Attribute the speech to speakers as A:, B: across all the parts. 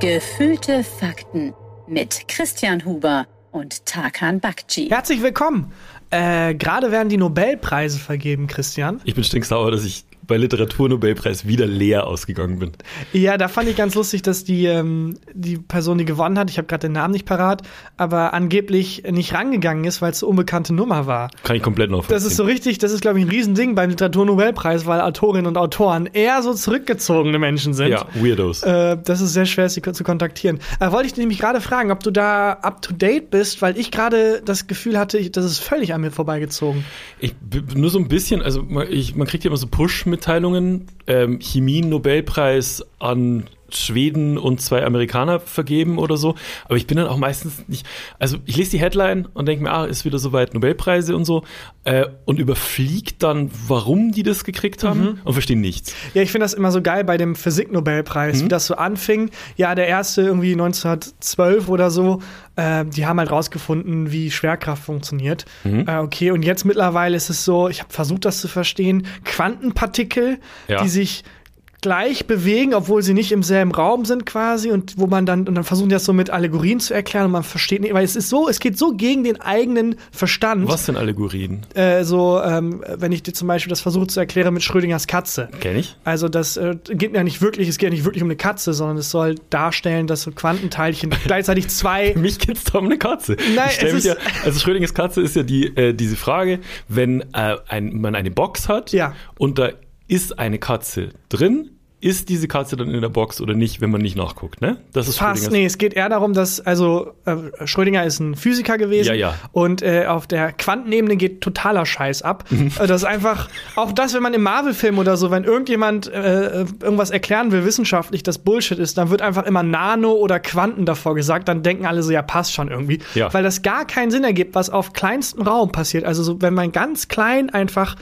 A: Gefühlte Fakten mit Christian Huber und Tarkan Bakci.
B: Herzlich willkommen. Äh, gerade werden die Nobelpreise vergeben, Christian.
C: Ich bin stinksauer, dass ich bei Literaturnobelpreis wieder leer ausgegangen bin.
B: Ja, da fand ich ganz lustig, dass die, ähm, die Person, die gewonnen hat, ich habe gerade den Namen nicht parat, aber angeblich nicht rangegangen ist, weil es eine unbekannte Nummer war.
C: Kann ich komplett noch
B: Das ist so richtig, das ist, glaube ich, ein Riesending beim Literaturnobelpreis, weil Autorinnen und Autoren eher so zurückgezogene Menschen sind.
C: Ja, Weirdos.
B: Äh, das ist sehr schwer, sie ko- zu kontaktieren. Äh, wollte ich nämlich gerade fragen, ob du da up to date bist, weil ich gerade das Gefühl hatte, ich- das ist völlig an mir vorbeigezogen.
C: Ich, b- nur so ein bisschen, also man, ich, man kriegt ja immer so Push-Mitteilungen. Ähm, Chemie-Nobelpreis an Schweden und zwei Amerikaner vergeben oder so. Aber ich bin dann auch meistens nicht. Also ich lese die Headline und denke mir, ah, ist wieder soweit Nobelpreise und so. Äh, und überfliegt dann, warum die das gekriegt haben
B: Mhm.
C: und verstehe nichts.
B: Ja, ich finde das immer so geil bei dem
C: Mhm.
B: Physiknobelpreis, wie das so anfing. Ja, der erste irgendwie 1912 oder so, äh, die haben halt rausgefunden, wie Schwerkraft funktioniert.
C: Mhm.
B: Äh, okay, und jetzt mittlerweile ist es so, ich habe versucht, das zu verstehen, Quantenpartikel,
C: Ja.
B: die sich gleich bewegen, obwohl sie nicht im selben Raum sind quasi und wo man dann und dann versuchen die das so mit Allegorien zu erklären und man versteht nicht, weil es ist so, es geht so gegen den eigenen Verstand.
C: Was sind Allegorien?
B: Äh, so, ähm, wenn ich dir zum Beispiel das versuche zu erklären mit Schrödingers Katze.
C: Kenn ich?
B: Also das äh, geht ja nicht wirklich, es geht ja nicht wirklich um eine Katze, sondern es soll darstellen, dass so Quantenteilchen gleichzeitig zwei.
C: Mich geht's da um eine Katze.
B: Nein,
C: ich stell
B: es
C: mich ja,
B: ist-
C: also Schrödingers Katze ist ja die, äh, diese Frage, wenn äh, ein, man eine Box hat
B: Ja.
C: und da ist eine Katze drin, ist diese Katze dann in der Box oder nicht, wenn man nicht nachguckt, ne? Das ist
B: Fast, nee, es geht eher darum, dass, also äh, Schrödinger ist ein Physiker gewesen
C: Ja, ja.
B: und äh, auf der Quantenebene geht totaler Scheiß ab.
C: Mhm.
B: Äh, das ist einfach, auch das, wenn man im Marvel-Film oder so, wenn irgendjemand äh, irgendwas erklären will, wissenschaftlich, das Bullshit ist, dann wird einfach immer Nano oder Quanten davor gesagt, dann denken alle so, ja, passt schon irgendwie.
C: Ja.
B: Weil das gar keinen Sinn ergibt, was auf kleinstem Raum passiert. Also so, wenn man ganz klein einfach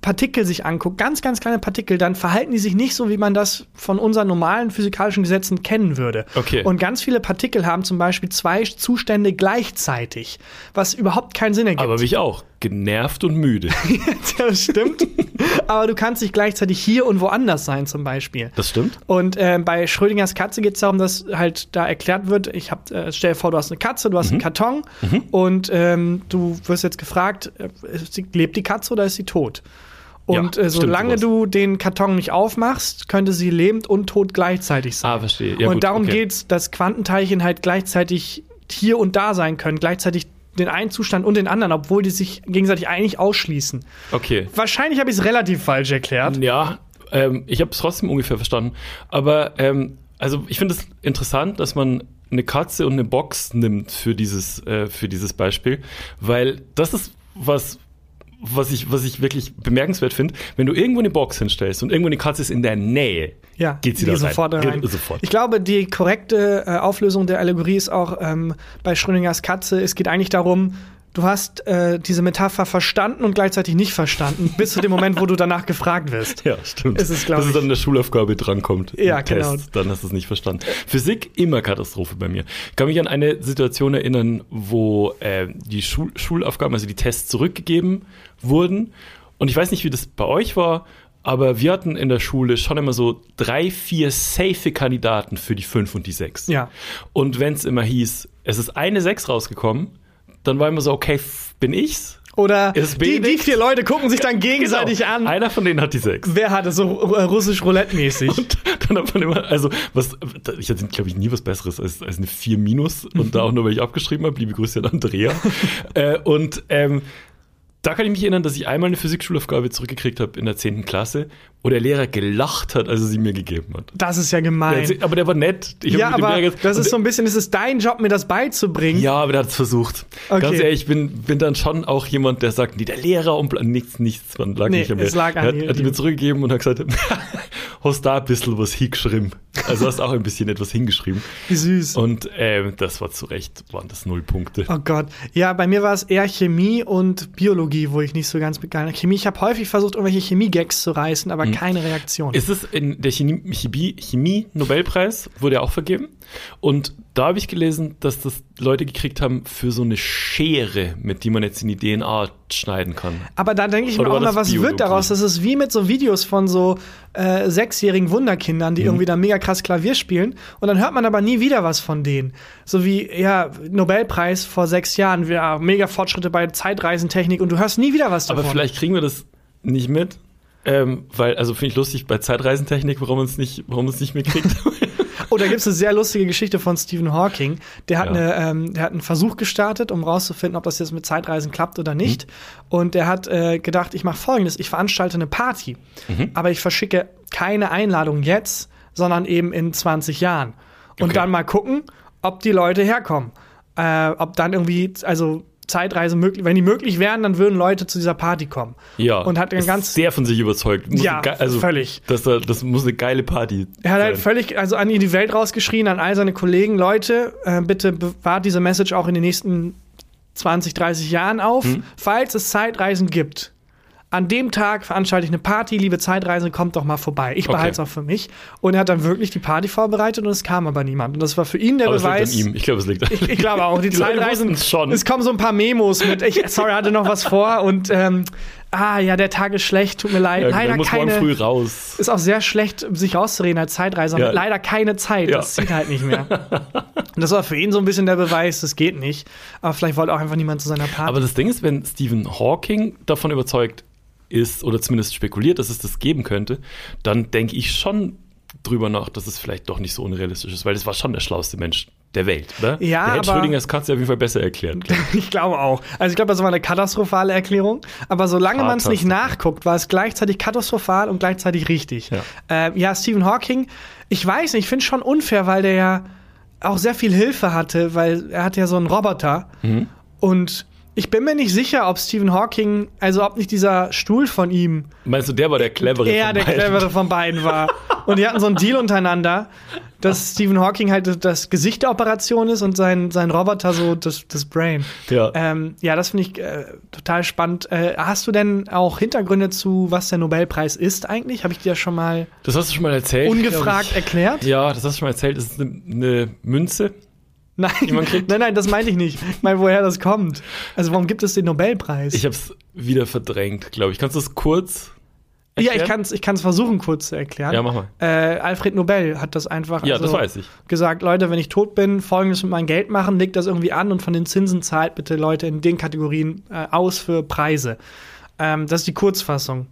B: Partikel sich anguckt, ganz, ganz kleine Partikel, dann verhalten die sich nicht so, wie man das von unseren normalen physikalischen Gesetzen kennen würde.
C: Okay.
B: Und ganz viele Partikel haben zum Beispiel zwei Zustände gleichzeitig, was überhaupt keinen Sinn ergibt.
C: Aber mich auch. Genervt und müde.
B: das stimmt. Aber du kannst nicht gleichzeitig hier und woanders sein, zum Beispiel.
C: Das stimmt?
B: Und äh, bei Schrödingers Katze geht es darum, dass halt da erklärt wird, ich hab, äh, stell dir vor, du hast eine Katze, du hast
C: Mhm.
B: einen Karton und ähm, du wirst jetzt gefragt, äh, ist die, lebt die Katze oder ist sie tot? Und
C: Ja,
B: äh,
C: stimmt
B: solange
C: sowas.
B: du den Karton nicht aufmachst, könnte sie lebend und tot gleichzeitig sein.
C: Ah, verstehe. Ja,
B: und
C: gut,
B: darum
C: okay.
B: geht es, dass Quantenteilchen halt gleichzeitig hier und da sein können, gleichzeitig den einen Zustand und den anderen, obwohl die sich gegenseitig eigentlich ausschließen.
C: Okay.
B: Wahrscheinlich habe ich es relativ falsch erklärt.
C: Ja, ähm, ich habe es trotzdem ungefähr verstanden. Aber ähm, also ich finde es interessant, dass man eine Katze und eine Box nimmt für dieses, äh, für dieses Beispiel, weil das ist was, was ich, was ich wirklich bemerkenswert finde. Wenn du irgendwo eine Box hinstellst und irgendwo eine Katze ist in der Nähe,
B: Ja,
C: geht sie
B: die
C: da rein.
B: sofort
C: Geht
B: rein.
C: Sofort.
B: Ich glaube, die korrekte äh, Auflösung der Allegorie ist auch ähm, bei Schrödingers Katze. Es geht eigentlich darum, du hast äh, diese Metapher verstanden und gleichzeitig nicht verstanden, bis zu dem Moment, wo du danach gefragt wirst.
C: Ja, stimmt.
B: Ist es, glaub
C: Dass es
B: ich.
C: dann in der Schulaufgabe drankommt. im
B: Ja, genau.
C: Dann hast du es nicht verstanden. Physik immer Katastrophe bei mir. Ich kann mich an eine Situation erinnern, wo äh, die Schul Schulaufgaben, also die Tests zurückgegeben wurden. Und ich weiß nicht, wie das bei euch war, aber wir hatten in der Schule schon immer so drei, vier safe Kandidaten für die fünf und die sechs.
B: Ja.
C: Und wenn es immer hieß, es ist eine sechs rausgekommen, dann war immer so, okay, f- bin ich's?
B: Oder
C: Ist
B: die, die
C: Benedikt?
B: vier Leute gucken sich dann gegenseitig
C: Genau.
B: an.
C: Einer von denen hat die sechs.
B: Wer hat es so äh, russisch Roulette-mäßig?
C: dann hat man immer, also was, ich hatte, glaube ich, nie was Besseres als, als eine 4 minus
B: Mhm.
C: und da auch nur, weil ich abgeschrieben habe, liebe Grüße an Andrea. äh, und ähm, da kann ich mich erinnern, dass ich einmal eine Physikschulaufgabe zurückgekriegt habe in der 10. Klasse, wo der Lehrer gelacht hat, als er sie mir gegeben hat.
B: Das ist ja gemein.
C: Also, aber der war nett. Ich hab
B: ja,
C: mit dem
B: aber
C: Lehrer ges-
B: das ist
C: und-
B: so ein bisschen, es ist dein Job, mir das beizubringen.
C: ja, aber der hat es versucht.
B: Hm? Okay.
C: Ganz ehrlich, ich bin, bin dann schon auch jemand, der sagt, nee, der Lehrer und bla- nichts, nichts, man lag
B: Nee,
C: nicht
B: es lag an
C: Er hat,
B: ihm.
C: hat mir zurückgegeben und hat gesagt, hast da ein bisschen was hingeschrieben. Also hast auch ein bisschen etwas hingeschrieben.
B: Wie süß.
C: Und ähm, das war zu Recht, waren das null Punkte.
B: Oh Gott. Ja, bei mir war es eher Chemie und Biologie, wo ich nicht so ganz begeistert Chemie, ich habe häufig versucht, irgendwelche Chemie-Gags zu reißen, aber keine Reaktion.
C: Es Hm. ist in der Chemie- Chemie- Chemie-Nobelpreis, wurde ja auch vergeben. Und da habe ich gelesen, dass das Leute gekriegt haben für so eine Schere, mit die man jetzt in die DNA schneiden kann.
B: aber da denke ich mir
C: Oder
B: auch
C: war
B: mal,
C: das
B: was
C: Biologie?
B: wird daraus? Das ist wie mit so Videos von so äh, sechsjährigen Wunderkindern, die
C: Hm.
B: irgendwie dann mega krass Klavier spielen. Und dann hört man aber nie wieder was von denen. So wie, ja, Nobelpreis vor sechs Jahren, wir haben mega Fortschritte bei Zeitreisentechnik und du hörst nie wieder was davon.
C: Aber vielleicht kriegen wir das nicht mit. Ähm, weil, also finde ich lustig bei Zeitreisentechnik, warum uns nicht, warum uns nicht mitkriegt.
B: Oh, da gibt es eine sehr lustige Geschichte von Stephen Hawking. Der hat,
C: Ja.
B: eine, ähm, der hat einen Versuch gestartet, um rauszufinden, ob das jetzt mit Zeitreisen klappt oder
C: Mhm.
B: nicht. Und der hat äh, gedacht, ich mache folgendes, ich veranstalte eine Party,
C: Mhm.
B: aber ich verschicke keine Einladung jetzt, sondern eben in 20 Jahren. Und
C: Okay.
B: dann mal gucken, ob die Leute herkommen. Äh, ob dann irgendwie, also Zeitreisen möglich, wenn die möglich wären, dann würden Leute zu dieser Party kommen.
C: ja.
B: Und hat dann
C: ist
B: ganz
C: sehr von sich überzeugt. Muss
B: Ja,
C: eine ge- also,
B: völlig.
C: Das, da- das muss eine geile Party.
B: Er hat halt
C: sein.
B: völlig also an die Welt rausgeschrien, an all seine Kollegen, Leute, äh, bitte bewahrt diese Message auch in den nächsten 20, 30 Jahren auf,
C: Hm?
B: falls es Zeitreisen gibt. An dem Tag veranstalte ich eine Party, liebe Zeitreisende, kommt doch mal vorbei. Ich
C: Okay.
B: behalte es auch für mich. Und er hat dann wirklich die Party vorbereitet und es kam aber niemand. Und das war für ihn der
C: Aber es liegt
B: Beweis.
C: an ihm. Ich glaube, es liegt an ihm.
B: Ich glaube auch, die,
C: Die Leute
B: Zeitreisen.
C: wussten's schon.
B: Es kommen so ein paar Memos mit. Ich, sorry, hatte noch was vor und ähm, ah ja, der Tag ist schlecht, tut mir leid.
C: Ja,
B: Leider
C: dann muss
B: keine.
C: morgen früh raus.
B: Ist auch sehr schlecht, sich rauszureden als Zeitreiser.
C: Ja.
B: Leider keine Zeit.
C: Ja.
B: Das zieht halt nicht mehr. Und das war für ihn so ein bisschen der Beweis, das geht nicht. Aber vielleicht wollte auch einfach niemand zu seiner Party.
C: Aber das Ding ist, wenn Stephen Hawking davon überzeugt ist oder zumindest spekuliert, dass es das geben könnte, dann denke ich schon drüber nach, dass es vielleicht doch nicht so unrealistisch ist, weil das war schon der schlauste Mensch der Welt, oder?
B: Ja,
C: der
B: aber-
C: hätte Schrödingers Katze auf jeden Fall besser erklärt.
B: ich glaube auch. Also ich glaube, das war eine katastrophale Erklärung. Aber solange man es nicht
C: Katastrophal.
B: nachguckt, war es gleichzeitig katastrophal und gleichzeitig richtig.
C: Ja.
B: Äh, ja Stephen Hawking, ich weiß nicht, ich finde es schon unfair, weil der ja auch sehr viel Hilfe hatte, weil er hat ja so einen Roboter.
C: Mhm.
B: Und ich bin mir nicht sicher, ob Stephen Hawking, also ob nicht dieser Stuhl von ihm
C: Meinst du, der war der clevere
B: er
C: von
B: der
C: beiden?
B: clevere von beiden war. Und die hatten so einen Deal untereinander, dass Stephen Hawking halt das Gesicht der Operation ist und sein, sein Roboter so das, das Brain.
C: Ja.
B: Ähm, ja, das finde ich äh, total spannend. Äh, hast du denn auch Hintergründe zu, was der Nobelpreis ist eigentlich? Habe ich dir das schon mal
C: Das hast du schon mal erzählt.
B: ungefragt
C: glaub
B: erklärt?
C: ich. Ja, das hast du schon mal erzählt. Das ist eine, eine Münze.
B: Nein,
C: man kriegt-
B: nein, nein, das meinte ich nicht. Ich meine, woher das kommt. Also warum gibt es den Nobelpreis?
C: Ich habe es wieder verdrängt, glaube ich. Kannst du das kurz?
B: ja, ich
C: erklären?
B: kann es ich kann's versuchen kurz zu erklären.
C: Ja, mach mal.
B: Äh, Alfred Nobel hat das einfach
C: Ja,
B: also
C: das weiß ich.
B: gesagt, Leute, wenn ich tot bin, folgendes mit meinem Geld machen, legt das irgendwie an und von den Zinsen zahlt bitte Leute in den Kategorien äh, aus für Preise. Ähm, das ist die Kurzfassung.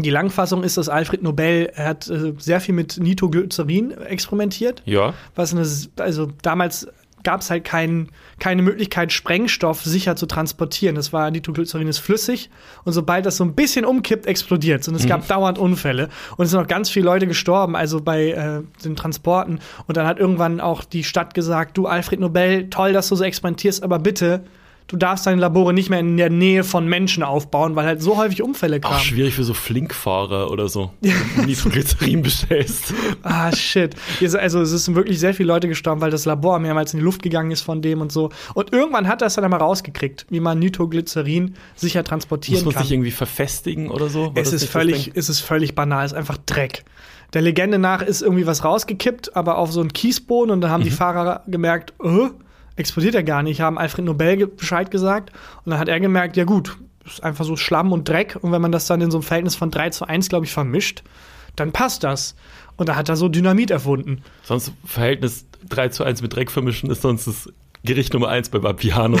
B: Die Langfassung ist, dass Alfred Nobel er hat äh, sehr viel mit Nitroglycerin experimentiert
C: Ja.
B: was eine, S- also damals gab es halt kein, keine Möglichkeit, Sprengstoff sicher zu transportieren. Das war Nitroglycerin ist flüssig und sobald das so ein bisschen umkippt, explodiert Und es gab dauernd Unfälle und es sind auch ganz viele Leute gestorben, also bei äh, den Transporten. Und dann hat irgendwann auch die Stadt gesagt, du Alfred Nobel, toll, dass du so experimentierst, aber bitte, du darfst deine Labore nicht mehr in der Nähe von Menschen aufbauen, weil halt so häufig Unfälle
C: Auch
B: kamen.
C: schwierig für so Flinkfahrer oder so. Ja. Nitroglycerin bestellst.
B: Ah, shit. Jetzt, Also es sind wirklich sehr viele Leute gestorben, weil das Labor mehrmals in die Luft gegangen ist von dem und so. Und irgendwann hat er es dann einmal rausgekriegt, wie man Nitroglycerin sicher
C: Muss
B: transportieren
C: man
B: kann.
C: sich irgendwie verfestigen oder so?
B: es
C: War das
B: ist
C: nicht das
B: völlig,
C: Ding?
B: es ist völlig banal, es ist einfach Dreck. Der Legende nach ist irgendwie was rausgekippt, aber auf so einen Kiesboden und dann
C: Mhm.
B: haben die Fahrer gemerkt, äh, explodiert ja gar nicht, haben Alfred Nobel ge- Bescheid gesagt und dann hat er gemerkt, ja gut, ist einfach so Schlamm und Dreck und wenn man das dann in so einem Verhältnis von 3 zu 1, glaube ich, vermischt, dann passt das. Und da hat er so Dynamit erfunden.
C: Sonst Verhältnis 3 zu 1 mit Dreck vermischen ist sonst das Gericht Nummer 1 bei Vapiano.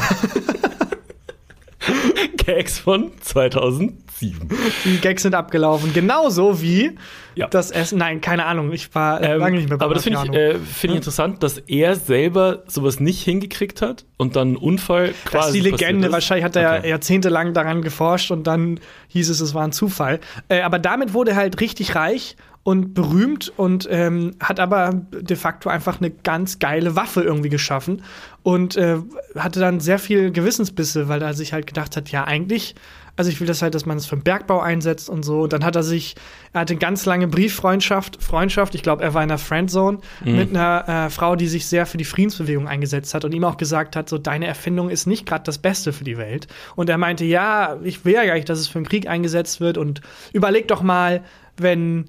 C: Gags von 2007.
B: Die Gags sind abgelaufen. Genauso wie
C: Ja.
B: das Essen. Nein, keine Ahnung. Ich war
C: Ähm,
B: lange nicht mehr bei
C: aber das finde ich,
B: Mafiano.
C: äh, find ich interessant, dass er selber sowas nicht hingekriegt hat und dann einen Unfall
B: das
C: quasi.
B: ist die
C: passiert
B: Legende.
C: ist.
B: Wahrscheinlich hat er
C: Okay.
B: jahrzehntelang daran geforscht und dann hieß es, es war ein Zufall. Äh, aber damit wurde er halt richtig reich und berühmt und ähm, hat aber de facto einfach eine ganz geile Waffe irgendwie geschaffen und äh, hatte dann sehr viel Gewissensbisse, weil er sich halt gedacht hat, ja eigentlich, also ich will das halt, dass man es für den Bergbau einsetzt und so. Und dann hat er sich, er hatte ganz lange Brieffreundschaft, Freundschaft, ich glaube, er war in einer Friendzone mit einer äh, Frau, die sich sehr für die Friedensbewegung eingesetzt hat und ihm auch gesagt hat, so deine Erfindung ist nicht gerade das Beste für die Welt. Und er meinte, ja, ich will ja gar nicht, dass es für den Krieg eingesetzt wird und überleg doch mal, wenn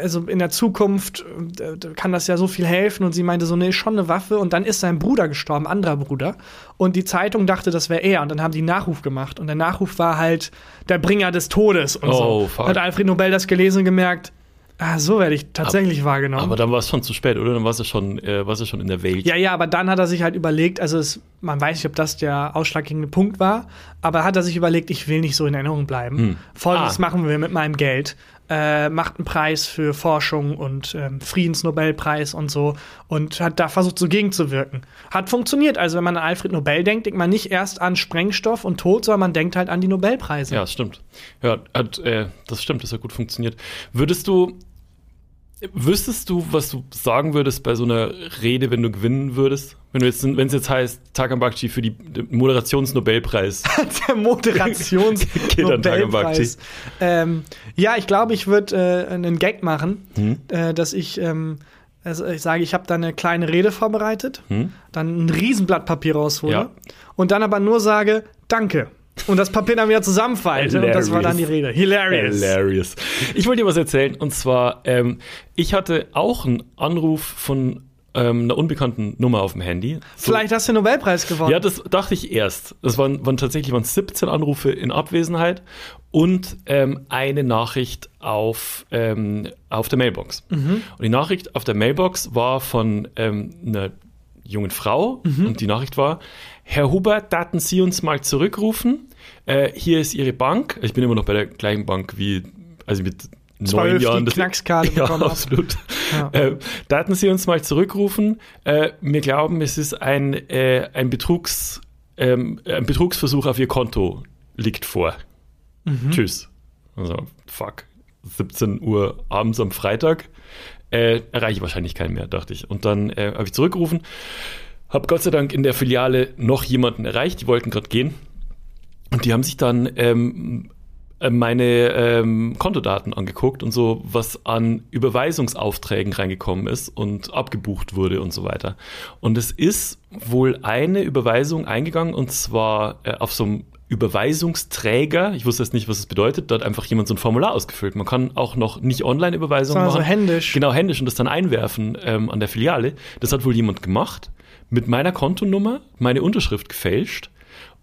B: also in der Zukunft äh, da kann das ja so viel helfen und sie meinte so nee ist schon eine Waffe und dann ist sein Bruder gestorben anderer Bruder und die Zeitung dachte das wäre er und dann haben die einen Nachruf gemacht und der Nachruf war halt der Bringer des Todes und
C: Oh,
B: so
C: fuck.
B: hat Alfred Nobel das gelesen und gemerkt Ah, so werde ich tatsächlich wahrgenommen.
C: Aber dann war es schon zu spät, oder? Dann war es schon, äh, war's ja schon in der Welt.
B: Ja, ja, aber dann hat er sich halt überlegt, also es, man weiß nicht, ob das der ausschlaggebende Punkt war, aber hat er sich überlegt, ich will nicht so in Erinnerung bleiben. Folgendes
C: Ah.
B: machen wir mit meinem Geld. Äh, macht einen Preis für Forschung und ähm, Friedensnobelpreis und so und hat da versucht, so gegenzuwirken. Hat funktioniert. Also, wenn man an Alfred Nobel denkt, denkt man nicht erst an Sprengstoff und Tod, sondern man denkt halt an die Nobelpreise.
C: Ja, stimmt. Ja, hat, äh, das stimmt, das hat gut funktioniert. Würdest du, wüsstest du, was du sagen würdest bei so einer Rede, wenn du gewinnen würdest? Wenn du jetzt, wenn es jetzt heißt, Tarkan Bakci für die den Moderationsnobelpreis.
B: der
C: Geht an Tage
B: Moderations-Nobelpreis.
C: Bakti.
B: Ähm, ja, ich glaube, ich würde äh, einen Gag machen,
C: Hm?
B: äh, dass ich, ähm, also ich sage, ich habe da eine kleine Rede vorbereitet, dann ein Riesenblatt Papier raushole
C: Hm? Ja.
B: und dann aber nur sage, danke. Und das Papier dann wieder zusammenfalte und das war dann die Rede. Hilarious.
C: Hilarious. Ich wollte dir was erzählen und zwar, ähm, ich hatte auch einen Anruf von ähm, einer unbekannten Nummer auf dem Handy. So-
B: Vielleicht hast du den Nobelpreis gewonnen.
C: Ja, das dachte ich erst. Das waren, waren tatsächlich waren 17 Anrufe in Abwesenheit und ähm, eine Nachricht auf, ähm, auf der Mailbox.
B: Mhm.
C: Und die Nachricht auf der Mailbox war von ähm, einer jungen Frau
B: Mhm.
C: und die Nachricht war, Herr Huber, daten Sie uns mal zurückrufen. Äh, hier ist Ihre Bank. Ich bin immer noch bei der gleichen Bank wie, also mit neun
B: Zwölf, die
C: Jahren. das-
B: Knackskarte
C: ja,
B: bekommen hab.
C: absolut.
B: Ja.
C: Äh, daten Sie uns mal zurückrufen. Äh, wir glauben, es ist ein, äh, ein, Betrugs, ähm, ein Betrugsversuch auf Ihr Konto liegt vor.
B: Mhm.
C: Tschüss. Also, fuck. 17 Uhr abends am Freitag. Äh, erreiche ich wahrscheinlich keinen mehr, dachte ich. Und dann äh, habe ich zurückgerufen. Hab Gott sei Dank in der Filiale noch jemanden erreicht. Die wollten gerade gehen. Und die haben sich dann ähm, äh, meine ähm, Kontodaten angeguckt und so, was an Überweisungsaufträgen reingekommen ist und abgebucht wurde und so weiter. Und es ist wohl eine Überweisung eingegangen und zwar äh, auf so einem Überweisungsträger. Ich wusste jetzt nicht, was es bedeutet. Da hat einfach jemand so ein Formular ausgefüllt. Man kann auch noch nicht Online-Überweisungen
B: Sondern
C: machen.
B: so händisch.
C: Genau, händisch und das dann einwerfen ähm, an der Filiale. Das hat wohl jemand gemacht, mit meiner Kontonummer, meine Unterschrift gefälscht.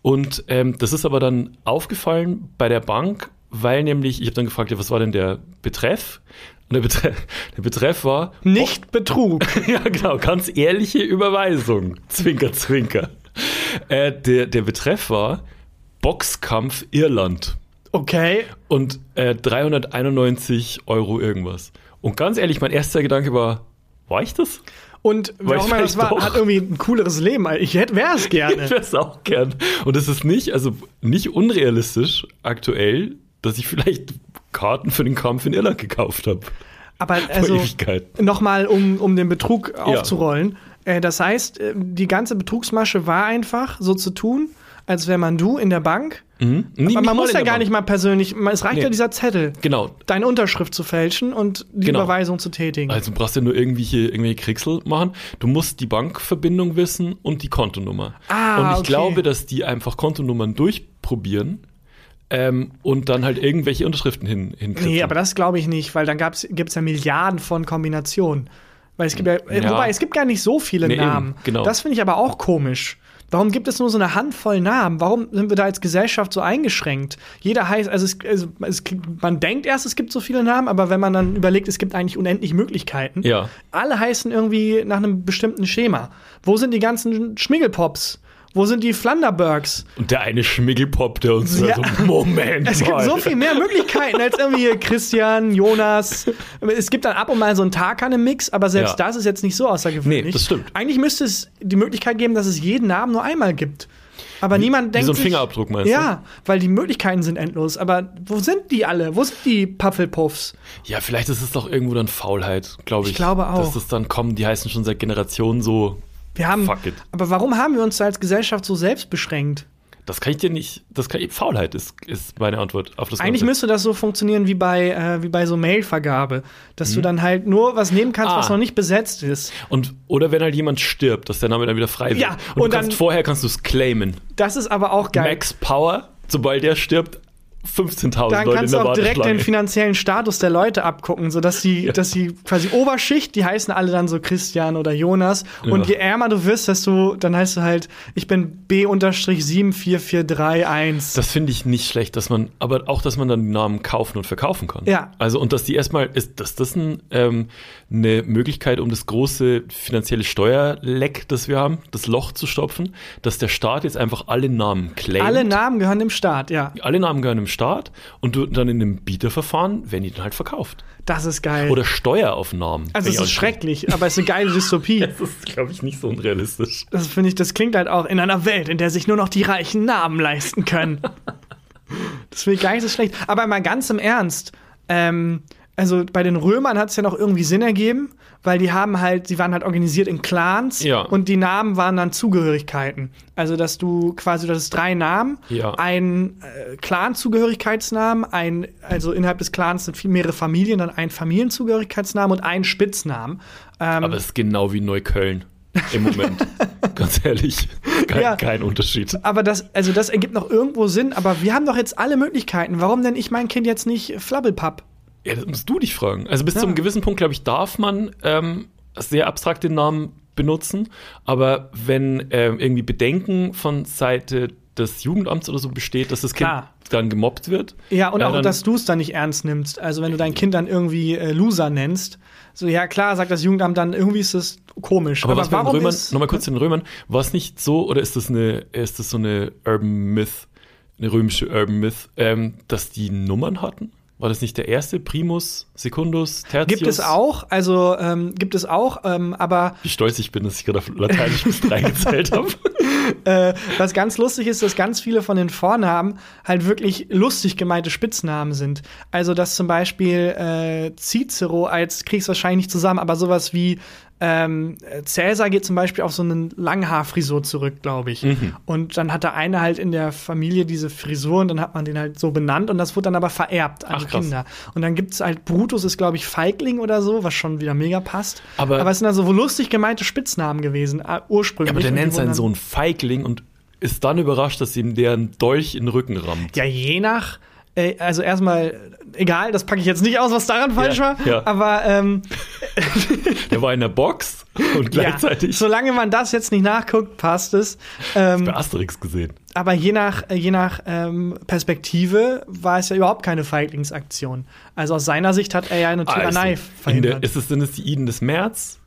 C: Und ähm, das ist aber dann aufgefallen bei der Bank, weil nämlich, ich habe dann gefragt, ja, was war denn der Betreff? Und der Betreff, der Betreff war,
B: Nicht Betrug.
C: ja genau, ganz ehrliche Überweisung. Zwinker, zwinker. Äh, der, der Betreff war Boxkampf Irland
B: Okay.
C: und äh, 391 Euro irgendwas. Und ganz ehrlich, mein erster Gedanke war, war ich das?
B: Und wer
C: Weil
B: auch
C: ich
B: immer das
C: vielleicht
B: war,
C: doch.
B: hat irgendwie ein cooleres Leben. Ich hätte, wäre es gerne.
C: Ich wäre es auch gern. Und es ist nicht, also nicht unrealistisch aktuell, dass ich vielleicht Karten für den Kampf in Irland gekauft habe.
B: Aber also
C: Ewigkeit.
B: nochmal, um, um den Betrug aufzurollen. Äh, das heißt, äh, die ganze Betrugsmasche war einfach so zu tun, als wäre man du in der Bank.
C: Nee,
B: Aber man muss
C: Mhm. in
B: ja
C: der
B: gar
C: Bank.
B: nicht mal persönlich, man- es reicht
C: Nee.
B: ja dieser Zettel,
C: Genau.
B: deine Unterschrift zu fälschen und die
C: Genau.
B: Überweisung zu tätigen.
C: Also du brauchst ja nur irgendwelche, irgendwelche Kricksel machen. Du musst die Bankverbindung wissen und die Kontonummer.
B: Ah,
C: und ich
B: okay.
C: glaube, dass die einfach Kontonummern durchprobieren ähm, und dann halt irgendwelche Unterschriften hin, hinkriegen.
B: nee, aber das glaube ich nicht, weil dann gibt es ja Milliarden von Kombinationen. Weil es gibt ja, äh,
C: Ja.
B: Wobei, es gibt gar nicht so viele
C: Nee, eben,
B: Namen.
C: genau.
B: Das finde ich aber auch komisch. Warum gibt es nur so eine Handvoll Namen? Warum sind wir da als Gesellschaft so eingeschränkt? Jeder heißt, also, es, also es, man denkt erst, es gibt so viele Namen, aber wenn man dann überlegt, es gibt eigentlich unendlich Möglichkeiten.
C: Ja.
B: Alle heißen irgendwie nach einem bestimmten Schema. Wo sind die ganzen Schmiggelpops? Wo sind die Flanderbergs?
C: und der eine Schmiggelpop, der uns
B: Ja.
C: ja. so, Moment
B: Es gibt
C: mal.
B: so viel mehr Möglichkeiten als irgendwie hier Christian, Jonas. Es gibt dann ab und mal so einen Tarkan im Mix, aber selbst
C: Ja.
B: das ist jetzt nicht so außergewöhnlich.
C: Nee, das stimmt.
B: Eigentlich müsste es die Möglichkeit geben, dass es jeden Namen nur einmal gibt. Aber niemand denkt
C: so ein
B: sich-
C: Fingerabdruck, meinst du?
B: Ja, weil die Möglichkeiten sind endlos. Aber wo sind die alle? Wo sind die Puffelpuffs?
C: Ja, vielleicht ist es doch irgendwo dann Faulheit, glaube ich.
B: Ich glaube auch.
C: Dass es dann kommen, die heißen schon seit Generationen so.
B: Wir haben,
C: Fuck it.
B: aber warum haben wir uns da als Gesellschaft so selbst beschränkt?
C: Das kann ich dir nicht. Das kann, Faulheit ist, ist meine Antwort auf das
B: Eigentlich
C: Ganze.
B: müsste das so funktionieren wie bei, äh, wie bei so Mailvergabe, dass du dann halt nur was nehmen kannst,
C: Mhm. Ah.
B: was noch nicht besetzt ist.
C: Und oder wenn halt jemand stirbt, dass der Name dann wieder frei wird.
B: Ja,
C: und,
B: und
C: du kannst,
B: dann-
C: vorher kannst du es claimen.
B: Das ist aber auch geil.
C: Max Power, sobald der stirbt, 15.000
B: Dann
C: Leute in
B: kannst du
C: der
B: auch direkt den
C: Warteschlange.
B: finanziellen Status der Leute abgucken, sodass die, dass die quasi Oberschicht, die heißen alle dann so Christian oder Jonas. Und
C: Ja.
B: je ärmer du wirst, desto, dann heißt du halt, ich bin B-74431.
C: Das finde ich nicht schlecht, dass man, aber auch, dass man dann die Namen kaufen und verkaufen kann.
B: Ja.
C: Also und dass die erstmal, ist, dass das ein, ähm, eine Möglichkeit, um das große finanzielle Steuerleck, das wir haben, das Loch zu stopfen, dass der Staat jetzt einfach alle Namen claimt.
B: Alle Namen gehören dem Staat, ja.
C: alle Namen gehören dem Staat und du, dann in einem Bieterverfahren werden die dann halt verkauft.
B: Das ist geil.
C: Oder Steuer auf Namen.
B: also es ist schrecklich, aber es ist eine geile Dystopie.
C: Das ist, glaube ich, nicht so unrealistisch.
B: Das finde ich, das klingt halt auch in einer Welt, in der sich nur noch die reichen Namen leisten können. das finde ich gar nicht so schlecht. Aber mal ganz im Ernst, ähm, also bei den Römern hat es ja noch irgendwie Sinn ergeben, weil die haben halt, die waren halt organisiert in Clans
C: Ja.
B: und die Namen waren dann Zugehörigkeiten. Also dass du quasi, du hattest drei Namen,
C: Ja.
B: ein äh, Clan-Zugehörigkeitsnamen, ein, also innerhalb des Clans sind viel- mehrere Familien, dann ein Familienzugehörigkeitsnamen und ein Spitznamen. Ähm,
C: Aber es ist genau wie Neukölln im Moment. Ganz ehrlich. Kein,
B: Ja.
C: kein Unterschied.
B: Aber das, also das ergibt noch irgendwo Sinn, aber wir haben doch jetzt alle Möglichkeiten. Warum nenne ich mein Kind jetzt nicht Flabbelpapp?
C: Ja, das musst du dich fragen. Also bis zu einem gewissen Punkt, glaube ich, darf man ähm, sehr abstrakt den Namen benutzen. Aber wenn ähm, irgendwie Bedenken von Seite des Jugendamts oder so besteht, dass das Kind
B: Klar.
C: dann gemobbt wird.
B: Ja, und auch,
C: dann-
B: dass du es dann nicht ernst nimmst. Also wenn du dein Kind dann irgendwie äh, Loser nennst. So, ja klar, sagt das Jugendamt dann, irgendwie ist es komisch.
C: Aber, was bei den
B: warum
C: Römern,
B: ist,
C: nochmal kurz zu den Römern, war es nicht so, oder ist das eine, ist das so eine Urban Myth, eine römische Urban Myth, ähm, dass die Nummern hatten? War das nicht der erste? Primus, Secundus, Tertius?
B: gibt es auch, also ähm, gibt es auch, ähm, aber
C: Wie stolz ich bin, dass ich gerade auf Lateinisch bis drei gezählt habe.
B: äh, was ganz lustig ist, dass ganz viele von den Vornamen halt wirklich lustig gemeinte Spitznamen sind. Also, dass zum Beispiel äh, Cicero als kriegst wahrscheinlich nicht zusammen, aber sowas wie ähm, Cäsar geht zum Beispiel auf so einen Langhaarfrisur zurück, glaube ich.
C: Mhm.
B: Und dann hat der eine halt in der Familie diese Frisur und dann hat man den halt so benannt und das wurde dann aber vererbt an
C: Ach,
B: die
C: krass.
B: Kinder. Und dann gibt's halt Brutus ist, glaube ich, Feigling oder so, was schon wieder mega passt.
C: Aber-
B: es sind also wohl lustig gemeinte Spitznamen gewesen, äh, ursprünglich.
C: Aber der
B: Und die
C: nennt
B: wurden
C: seinen
B: dann-
C: Sohn Feigling und ist dann überrascht, dass ihm der einen Dolch in den Rücken rammt.
B: Ja, je nach. äh, Also erstmal, egal, das packe ich jetzt nicht aus, was daran falsch war.
C: ja.
B: Aber ähm,
C: Der war in der Box und
B: ja,
C: gleichzeitig
B: solange man das jetzt nicht nachguckt, passt es. Ähm,
C: bei Asterix gesehen.
B: aber je nach, äh, je nach ähm, Perspektive war es ja überhaupt keine Feiglingsaktion. Also aus seiner Sicht hat er ja eine
C: Also,
B: Tyrannei
C: in der,
B: verhindert.
C: ist es, sind es die Iden des März,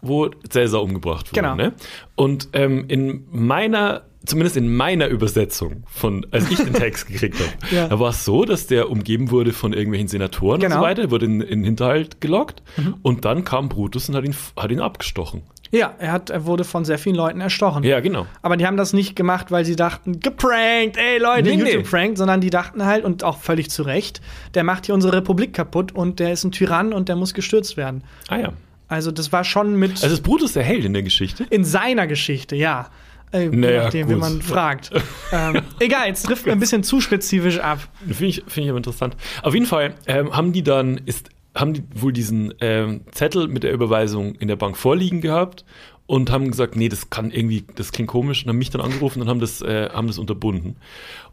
C: wo Cäsar umgebracht wurde?
B: Genau.
C: Ne? Und ähm, in meiner, zumindest in meiner Übersetzung, von, als ich den Text gekriegt habe,
B: Ja.
C: da war es so, dass der umgeben wurde von irgendwelchen Senatoren und
B: Genau. Mhm.
C: so weiter, wurde in, in den Hinterhalt gelockt und dann kam Brutus und hat ihn, hat ihn abgestochen.
B: Ja, er, hat, er wurde von sehr vielen Leuten erstochen.
C: Ja, genau.
B: Aber die haben das nicht gemacht, weil sie dachten, geprankt, ey Leute,
C: Nee, nee.
B: YouTube prankt, sondern die dachten halt, und auch völlig zu Recht, der macht hier unsere Republik kaputt und der ist ein Tyrann und der muss gestürzt werden.
C: Ah ja.
B: Also das war schon mit
C: Also ist Brutus der Held in der Geschichte?
B: in seiner Geschichte, ja. Äh, je
C: Naja,
B: nachdem,
C: gut.
B: wie man fragt. ähm, egal, jetzt trifft man ein bisschen zu spezifisch ab.
C: Finde ich, finde ich aber interessant. Auf jeden Fall ähm, haben die dann, ist, haben die wohl diesen ähm, Zettel mit der Überweisung in der Bank vorliegen gehabt und haben gesagt, nee, das kann irgendwie, das klingt komisch und haben mich dann angerufen und haben das, äh, haben das unterbunden.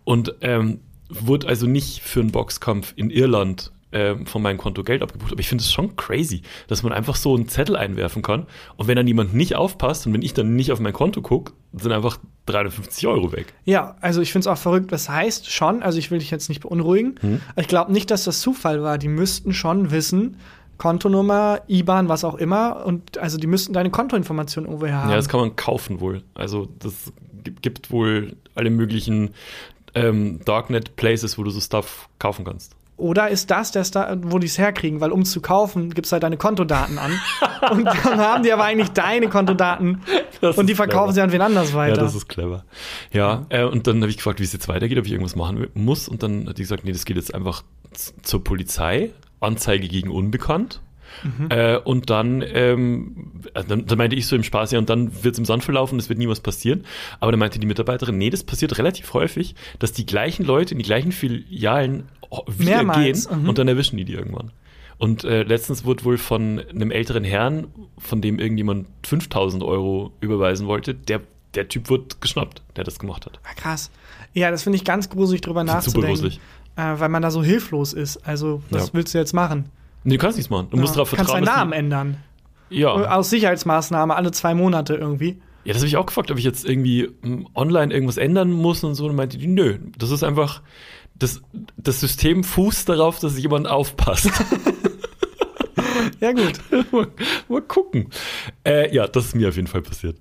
C: Und ähm, wurde also nicht für einen Boxkampf in Irland ähm, von meinem Konto Geld abgebucht. Aber ich finde es schon crazy, dass man einfach so einen Zettel einwerfen kann und wenn dann jemand nicht aufpasst und wenn ich dann nicht auf mein Konto gucke, sind einfach 350 Euro weg.
B: Ja, also ich finde es auch verrückt, was heißt schon, also ich will dich jetzt nicht beunruhigen.
C: Hm?
B: Ich glaube nicht, dass das Zufall war. Die müssten schon wissen, Kontonummer, IBAN, was auch immer, und also die müssten deine Kontoinformationen irgendwo her haben.
C: Ja, das kann man kaufen wohl. Also das gi- gibt wohl alle möglichen ähm, Darknet-Places, wo du so Stuff kaufen kannst.
B: Oder ist das der Star, wo die es herkriegen? Weil um zu kaufen, gibst halt deine Kontodaten an. und dann haben die aber eigentlich deine Kontodaten.
C: Das
B: und die
C: ist
B: verkaufen
C: clever.
B: sie an wen anders
C: Ja,
B: weiter.
C: das ist clever. Ja, äh, und dann habe ich gefragt, wie es jetzt weitergeht, ob ich irgendwas machen muss. Und dann hat die gesagt, nee, das geht jetzt einfach z- zur Polizei, Anzeige gegen Unbekannt.
B: Mhm.
C: Äh, und dann, ähm, also dann, dann meinte ich so im Spaß, ja, und dann wird es im Sand verlaufen, es wird nie was passieren. Aber dann meinte die Mitarbeiterin, nee, das passiert relativ häufig, dass die gleichen Leute in die gleichen Filialen o- wieder
B: Mehrmals,
C: gehen
B: mhm.
C: und dann erwischen die die irgendwann. Und äh, letztens wurde wohl von einem älteren Herrn, von dem irgendjemand 5000 Euro überweisen wollte, der, der Typ wird geschnappt, der das gemacht hat.
B: Ah, krass. Ja, das finde ich ganz gruselig drüber
C: Das ist super
B: nachzudenken.
C: gruselig.
B: äh, weil man da so hilflos ist. Also, was
C: Ja.
B: willst du jetzt machen?
C: Nee, du kannst nichts machen. Du Oh. musst darauf vertrauen.
B: kannst deinen
C: dass
B: Namen
C: die-
B: ändern. Äh,
C: Ja.
B: Aus Sicherheitsmaßnahme alle zwei Monate irgendwie.
C: Ja, das habe ich auch gefragt, ob ich jetzt irgendwie m, online irgendwas ändern muss und so. Und meinte die, nö, das ist einfach, das, das System fußt darauf, dass jemand aufpasst.
B: Ja, gut.
C: mal, mal gucken. Äh, ja, das ist mir auf jeden Fall passiert.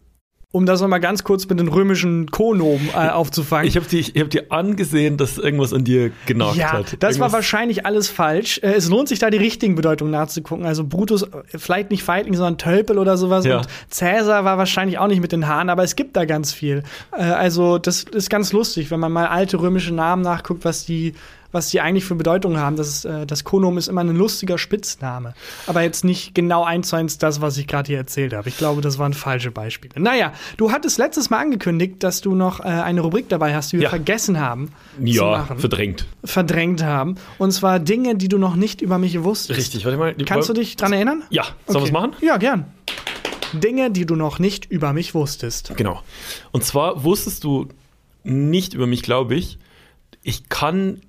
B: Um das nochmal ganz kurz mit den römischen Konomen äh, aufzufangen.
C: Ich habe dir, ich hab dir angesehen, dass irgendwas an dir genagt
B: ja,
C: hat.
B: das war
C: Irgendwas-
B: wahrscheinlich alles falsch. Äh, Es lohnt sich da die richtigen Bedeutungen nachzugucken. Also Brutus, äh, vielleicht nicht Feigling, sondern Tölpel oder sowas.
C: Ja.
B: Und Cäsar war wahrscheinlich auch nicht mit den Haaren, aber es gibt da ganz viel. Äh, Also das ist ganz lustig, wenn man mal alte römische Namen nachguckt, was die, was die eigentlich für Bedeutungen haben. Das, ist, äh, das Konom ist immer ein lustiger Spitzname. Aber jetzt nicht genau eins zu eins das, was ich gerade hier erzählt habe. Ich glaube, das waren falsche Beispiele. Naja, du hattest letztes Mal angekündigt, dass du noch äh, eine Rubrik dabei hast, die wir
C: Ja.
B: vergessen haben zu
C: ja,
B: machen
C: verdrängt.
B: verdrängt haben. Und zwar Dinge, die du noch nicht über mich wusstest.
C: Richtig, warte mal.
B: Kannst du dich dran erinnern?
C: Ja, sollen wir's machen?
B: Ja, gern. Dinge, die du noch nicht über mich wusstest.
C: Genau. Und zwar wusstest du nicht über mich, glaube ich, ich kann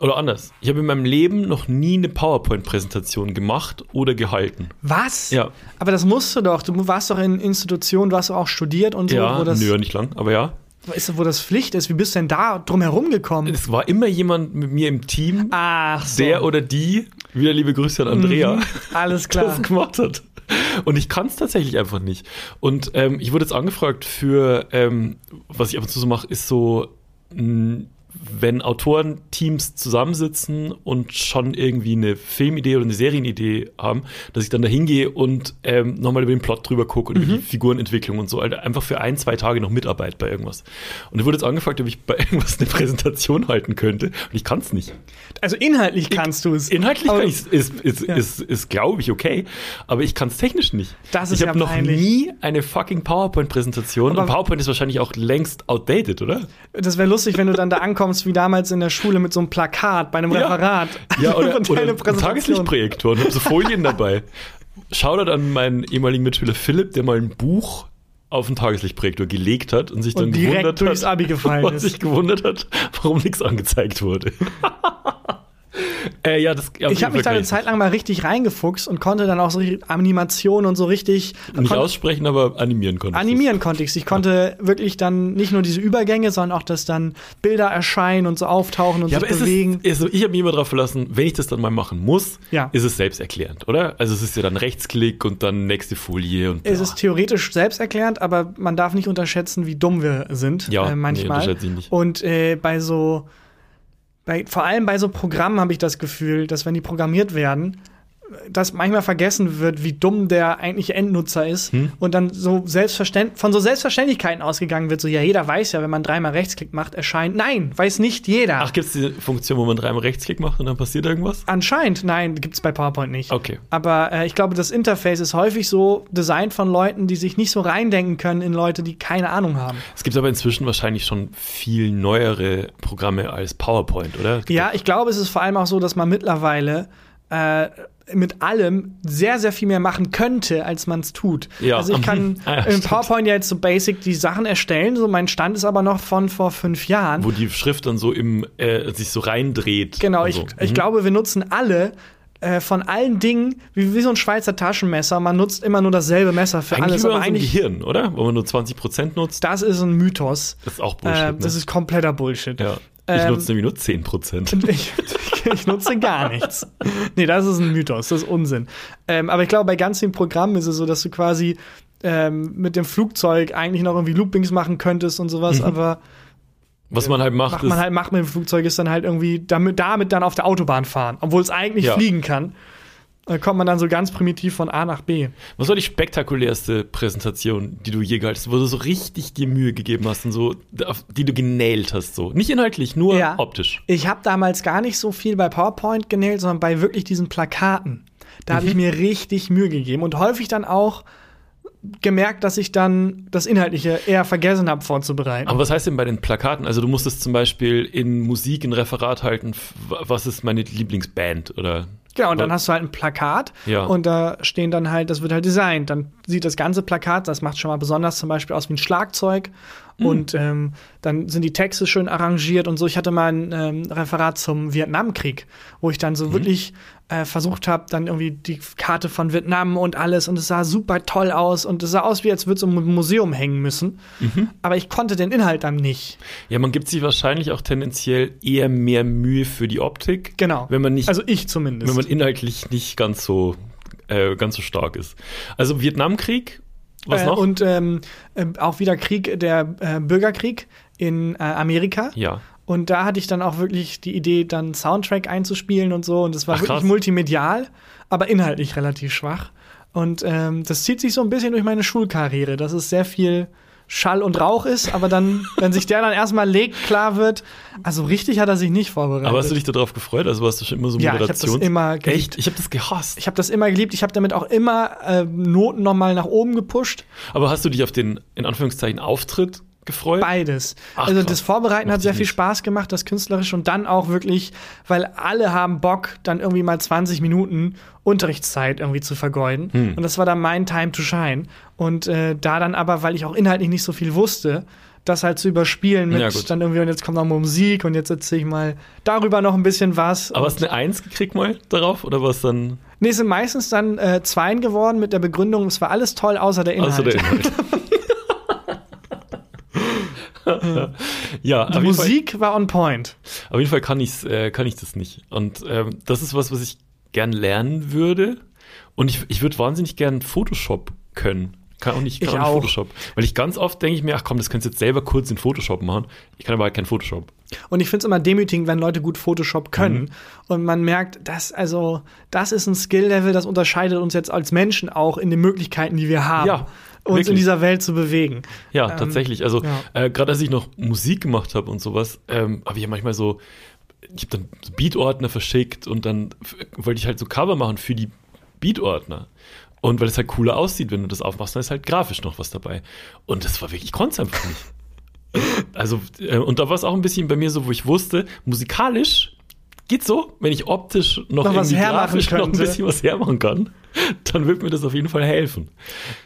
C: oder anders. Ich habe in meinem Leben noch nie eine PowerPoint-Präsentation gemacht oder gehalten.
B: Was?
C: Ja.
B: Aber das musst du doch. Du warst doch in Institutionen, du hast doch auch studiert und so,
C: Ja,
B: wo, das,
C: nö, nicht lang, aber ja.
B: ist, wo das Pflicht ist. Wie bist du denn da drum herum gekommen?
C: Es war immer jemand mit mir im Team,
B: Ach so. Mhm.
C: der oder die, wieder liebe Grüße an Andrea,
B: Alles
C: das
B: klar.
C: gemacht hat. Und ich kann es tatsächlich einfach nicht. Und ähm, ich wurde jetzt angefragt für, ähm, was ich ab und zu so mache, ist so, mh, wenn Autorenteams zusammensitzen und schon irgendwie eine Filmidee oder eine Serienidee haben, dass ich dann da hingehe und ähm, nochmal über den Plot drüber gucke
B: Mhm.
C: und über die Figurenentwicklung und so, also einfach für ein, zwei Tage noch Mitarbeit bei irgendwas. Und ich wurde jetzt angefragt, ob ich bei irgendwas eine Präsentation halten könnte. Und ich kann es nicht.
B: Also inhaltlich kannst du es.
C: Inhaltlich
B: Aber-
C: kann ich's- ist, ist, ist, ist, ist glaube ich, okay. Aber ich kann es technisch nicht.
B: Das ist
C: ich
B: ja
C: habe noch
B: peinlich.
C: nie eine fucking PowerPoint-Präsentation. Und
B: Aber-
C: PowerPoint ist wahrscheinlich auch längst outdated, oder?
B: Das wäre lustig, wenn du dann da ankommst, wie damals in der Schule mit so einem Plakat bei einem
C: Ja.
B: Referat.
C: Ja, oder,
B: Und
C: oder
B: deine
C: ein
B: Präsentation.
C: Tageslichtprojektor und hab so Folien dabei. Shoutout an meinen ehemaligen Mitschüler Philipp, der mal ein Buch auf den Tageslichtprojektor gelegt hat und sich dann
B: Und direkt
C: gewundert
B: durchs
C: hat,
B: Abi gefallen
C: und
B: ist.
C: sich gewundert hat, warum nichts angezeigt wurde. äh, ja, das, ja, auf
B: Ich
C: jeden
B: habe mich da
C: Fall
B: eine
C: kann
B: Zeit lang mal richtig reingefuchst und konnte dann auch so richtig Animationen und so richtig
C: nicht
B: kon-
C: aussprechen, aber animieren konnte. ich das.
B: animieren konnte ich. Ich konnte wirklich dann nicht nur diese Übergänge, sondern auch, dass dann Bilder erscheinen und so auftauchen und
C: Ja,
B: sich
C: aber ist
B: bewegen.
C: es, also ich habe mich immer darauf verlassen, wenn ich das dann mal machen muss,
B: Ja.
C: ist es selbsterklärend, oder? Also es ist ja dann Rechtsklick und dann nächste Folie und
B: Es ist theoretisch selbsterklärend, aber man darf nicht unterschätzen, wie dumm wir sind
C: Ja,
B: äh, manchmal.
C: nee, unterschätze ich nicht.
B: Und äh, bei so, bei, vor allem bei so Programmen habe ich das Gefühl, dass wenn die programmiert werden, dass manchmal vergessen wird, wie dumm der eigentliche Endnutzer ist
C: Hm.
B: und dann so selbstverständ von so Selbstverständlichkeiten ausgegangen wird, so ja, jeder weiß ja, wenn man dreimal Rechtsklick macht, erscheint. Nein, weiß nicht jeder.
C: Ach, gibt es diese Funktion, wo man dreimal Rechtsklick macht und dann passiert irgendwas?
B: Anscheinend, nein, gibt's bei PowerPoint nicht.
C: Okay.
B: Aber äh, ich glaube, das Interface ist häufig so designt von Leuten, die sich nicht so reindenken können in Leute, die keine Ahnung haben.
C: Es gibt aber inzwischen wahrscheinlich schon viel neuere Programme als PowerPoint, oder?
B: Ja, ich glaube, es ist vor allem auch so, dass man mittlerweile äh, mit allem sehr, sehr viel mehr machen könnte, als man es tut.
C: Ja.
B: Also ich kann
C: Mhm. Ah, ja,
B: in
C: stimmt.
B: PowerPoint ja jetzt so basic die Sachen erstellen. So mein Stand ist aber noch von vor fünf Jahren.
C: Wo die Schrift dann so im, äh, sich so reindreht.
B: Genau,
C: und
B: ich,
C: so. Mhm.
B: ich glaube, wir nutzen alle äh, von allen Dingen, wie, wie so ein Schweizer Taschenmesser, man nutzt immer nur dasselbe Messer für
C: eigentlich
B: alles.
C: über
B: Aber
C: unserem
B: eigentlich,
C: Gehirn, oder? Wo man nur 20% nutzt,
B: das ist ein Mythos.
C: das ist auch Bullshit.
B: äh,
C: ne?
B: Das ist kompletter Bullshit.
C: ja. Ich
B: ähm,
C: nutze nämlich nur 10%.
B: Ich, ich nutze gar nichts. Nee, das ist ein Mythos, das ist Unsinn. Ähm, aber ich glaube, bei ganz vielen Programmen ist es so, dass du quasi ähm, mit dem Flugzeug eigentlich noch irgendwie Loopings machen könntest und
C: Mhm.
B: sowas, aber
C: Was man halt macht,
B: macht
C: ist.
B: man halt, macht mit dem Flugzeug ist dann halt irgendwie damit, damit dann auf der Autobahn fahren, obwohl es eigentlich
C: Ja.
B: fliegen kann. Da kommt man dann so ganz primitiv von A nach B.
C: Was war die spektakulärste Präsentation, die du je gehalten hast, wo du so richtig dir Mühe gegeben hast und so, auf die du genäht hast, so? Nicht inhaltlich, nur
B: Ja.
C: optisch.
B: Ich habe damals gar nicht so viel bei PowerPoint genäht, sondern bei wirklich diesen Plakaten. Da habe ich
C: Mhm.
B: mir richtig Mühe gegeben und häufig dann auch gemerkt, dass ich dann das Inhaltliche eher vergessen habe vorzubereiten.
C: Aber was heißt denn bei den Plakaten? Also, du musstest zum Beispiel in Musik ein Referat halten, f- was ist meine Lieblingsband oder
B: Genau, und dann hast du halt ein Plakat
C: Ja.
B: und da stehen dann halt, das wird halt designt. Dann sieht das ganze Plakat, das macht schon mal besonders zum Beispiel aus wie ein Schlagzeug.
C: Mhm.
B: Und ähm, dann sind die Texte schön arrangiert und so. Ich hatte mal ein ähm, Referat zum Vietnamkrieg, wo ich dann
C: Mhm.
B: so wirklich äh, versucht habe, dann irgendwie die Karte von Vietnam und alles. Und es sah super toll aus und es sah aus, wie als würde es im Museum hängen müssen.
C: Mhm.
B: Aber ich konnte den Inhalt dann nicht.
C: Ja, man gibt sich wahrscheinlich auch tendenziell eher mehr Mühe für die Optik.
B: Genau.
C: Wenn man nicht
B: also ich zumindest.
C: wenn man inhaltlich nicht ganz so, äh, ganz so stark ist. Also Vietnamkrieg, was
B: äh,
C: noch?
B: Und ähm, äh, auch wieder Krieg, der äh, Bürgerkrieg in äh, Amerika.
C: ja.
B: Und da hatte ich dann auch wirklich die Idee, dann einen Soundtrack einzuspielen und so. Und es war
C: Ach,
B: wirklich
C: krass.
B: multimedial, aber inhaltlich relativ schwach. Und ähm, das zieht sich so ein bisschen durch meine Schulkarriere, dass es sehr viel Schall und Rauch ist, aber dann, wenn sich der dann erstmal legt, klar wird, also richtig hat er sich nicht vorbereitet.
C: Aber hast du dich darauf gefreut? Also warst du schon immer so
B: Ja, ich hab das
C: Moderations-
B: immer geliebt.
C: Echt? Ich habe das gehasst.
B: ich habe das immer geliebt, ich habe damit auch immer äh, Noten nochmal nach oben gepusht.
C: Aber hast du dich auf den, in Anführungszeichen, Auftritt gefreut?
B: Beides.
C: Ach,
B: also
C: krass.
B: das Vorbereiten
C: Mochte
B: hat sehr
C: ich
B: viel
C: nicht.
B: Spaß gemacht, das künstlerisch und dann auch wirklich, weil alle haben Bock, dann irgendwie mal 20 Minuten Unterrichtszeit irgendwie zu vergeuden.
C: Hm.
B: Und das war dann mein Time to Shine. Und äh, da dann aber, weil ich auch inhaltlich nicht so viel wusste, das halt zu überspielen mit
C: Ja, gut.
B: dann irgendwie und jetzt kommt noch mal Musik und jetzt erzähle ich mal darüber noch ein bisschen was.
C: Aber hast du eine Eins gekriegt mal darauf? Oder was dann
B: Nee, es sind meistens dann äh, Zweien geworden mit der Begründung, es war alles toll, außer der Inhalt.
C: außer der Inhalt?
B: Die
C: ja, auf jeden Fall-
B: Musik war on point.
C: Auf jeden Fall kann, ich's, äh, kann ich das nicht. Und ähm, das ist was, was ich gern lernen würde. Und ich, ich würde wahnsinnig gern Photoshop können. Kann auch nicht, kann
B: Ich
C: nicht
B: auch.
C: Photoshop. Weil ich ganz oft denke ich mir, ach komm, das kannst du jetzt selber kurz in Photoshop machen. Ich kann aber halt kein Photoshop.
B: Und ich finde es immer demütigend, wenn Leute gut Photoshop können.
C: Mhm.
B: Und man merkt, dass, also, das ist ein Skill-Level, das unterscheidet uns jetzt als Menschen auch in den Möglichkeiten, die wir haben,
C: Ja,
B: uns in
C: wirklich.
B: dieser Welt zu bewegen.
C: Ja,
B: Ähm,
C: tatsächlich. Also
B: ja.
C: äh, gerade als ich noch Musik gemacht habe und sowas, ähm, habe ich ja manchmal so, ich habe dann so Beatordner verschickt und dann f- wollte ich halt so Cover machen für die Beatordner. Und weil es halt cooler aussieht, wenn du das aufmachst, dann ist halt grafisch noch was dabei. Und das war wirklich Konzept für mich. also, äh, und da war es auch ein bisschen bei mir so, wo ich wusste, musikalisch geht so, wenn ich optisch noch,
B: Noch was
C: irgendwie
B: hermachen
C: grafisch noch ein
B: könnte.
C: bisschen was hermachen kann, dann wird mir das auf jeden Fall helfen.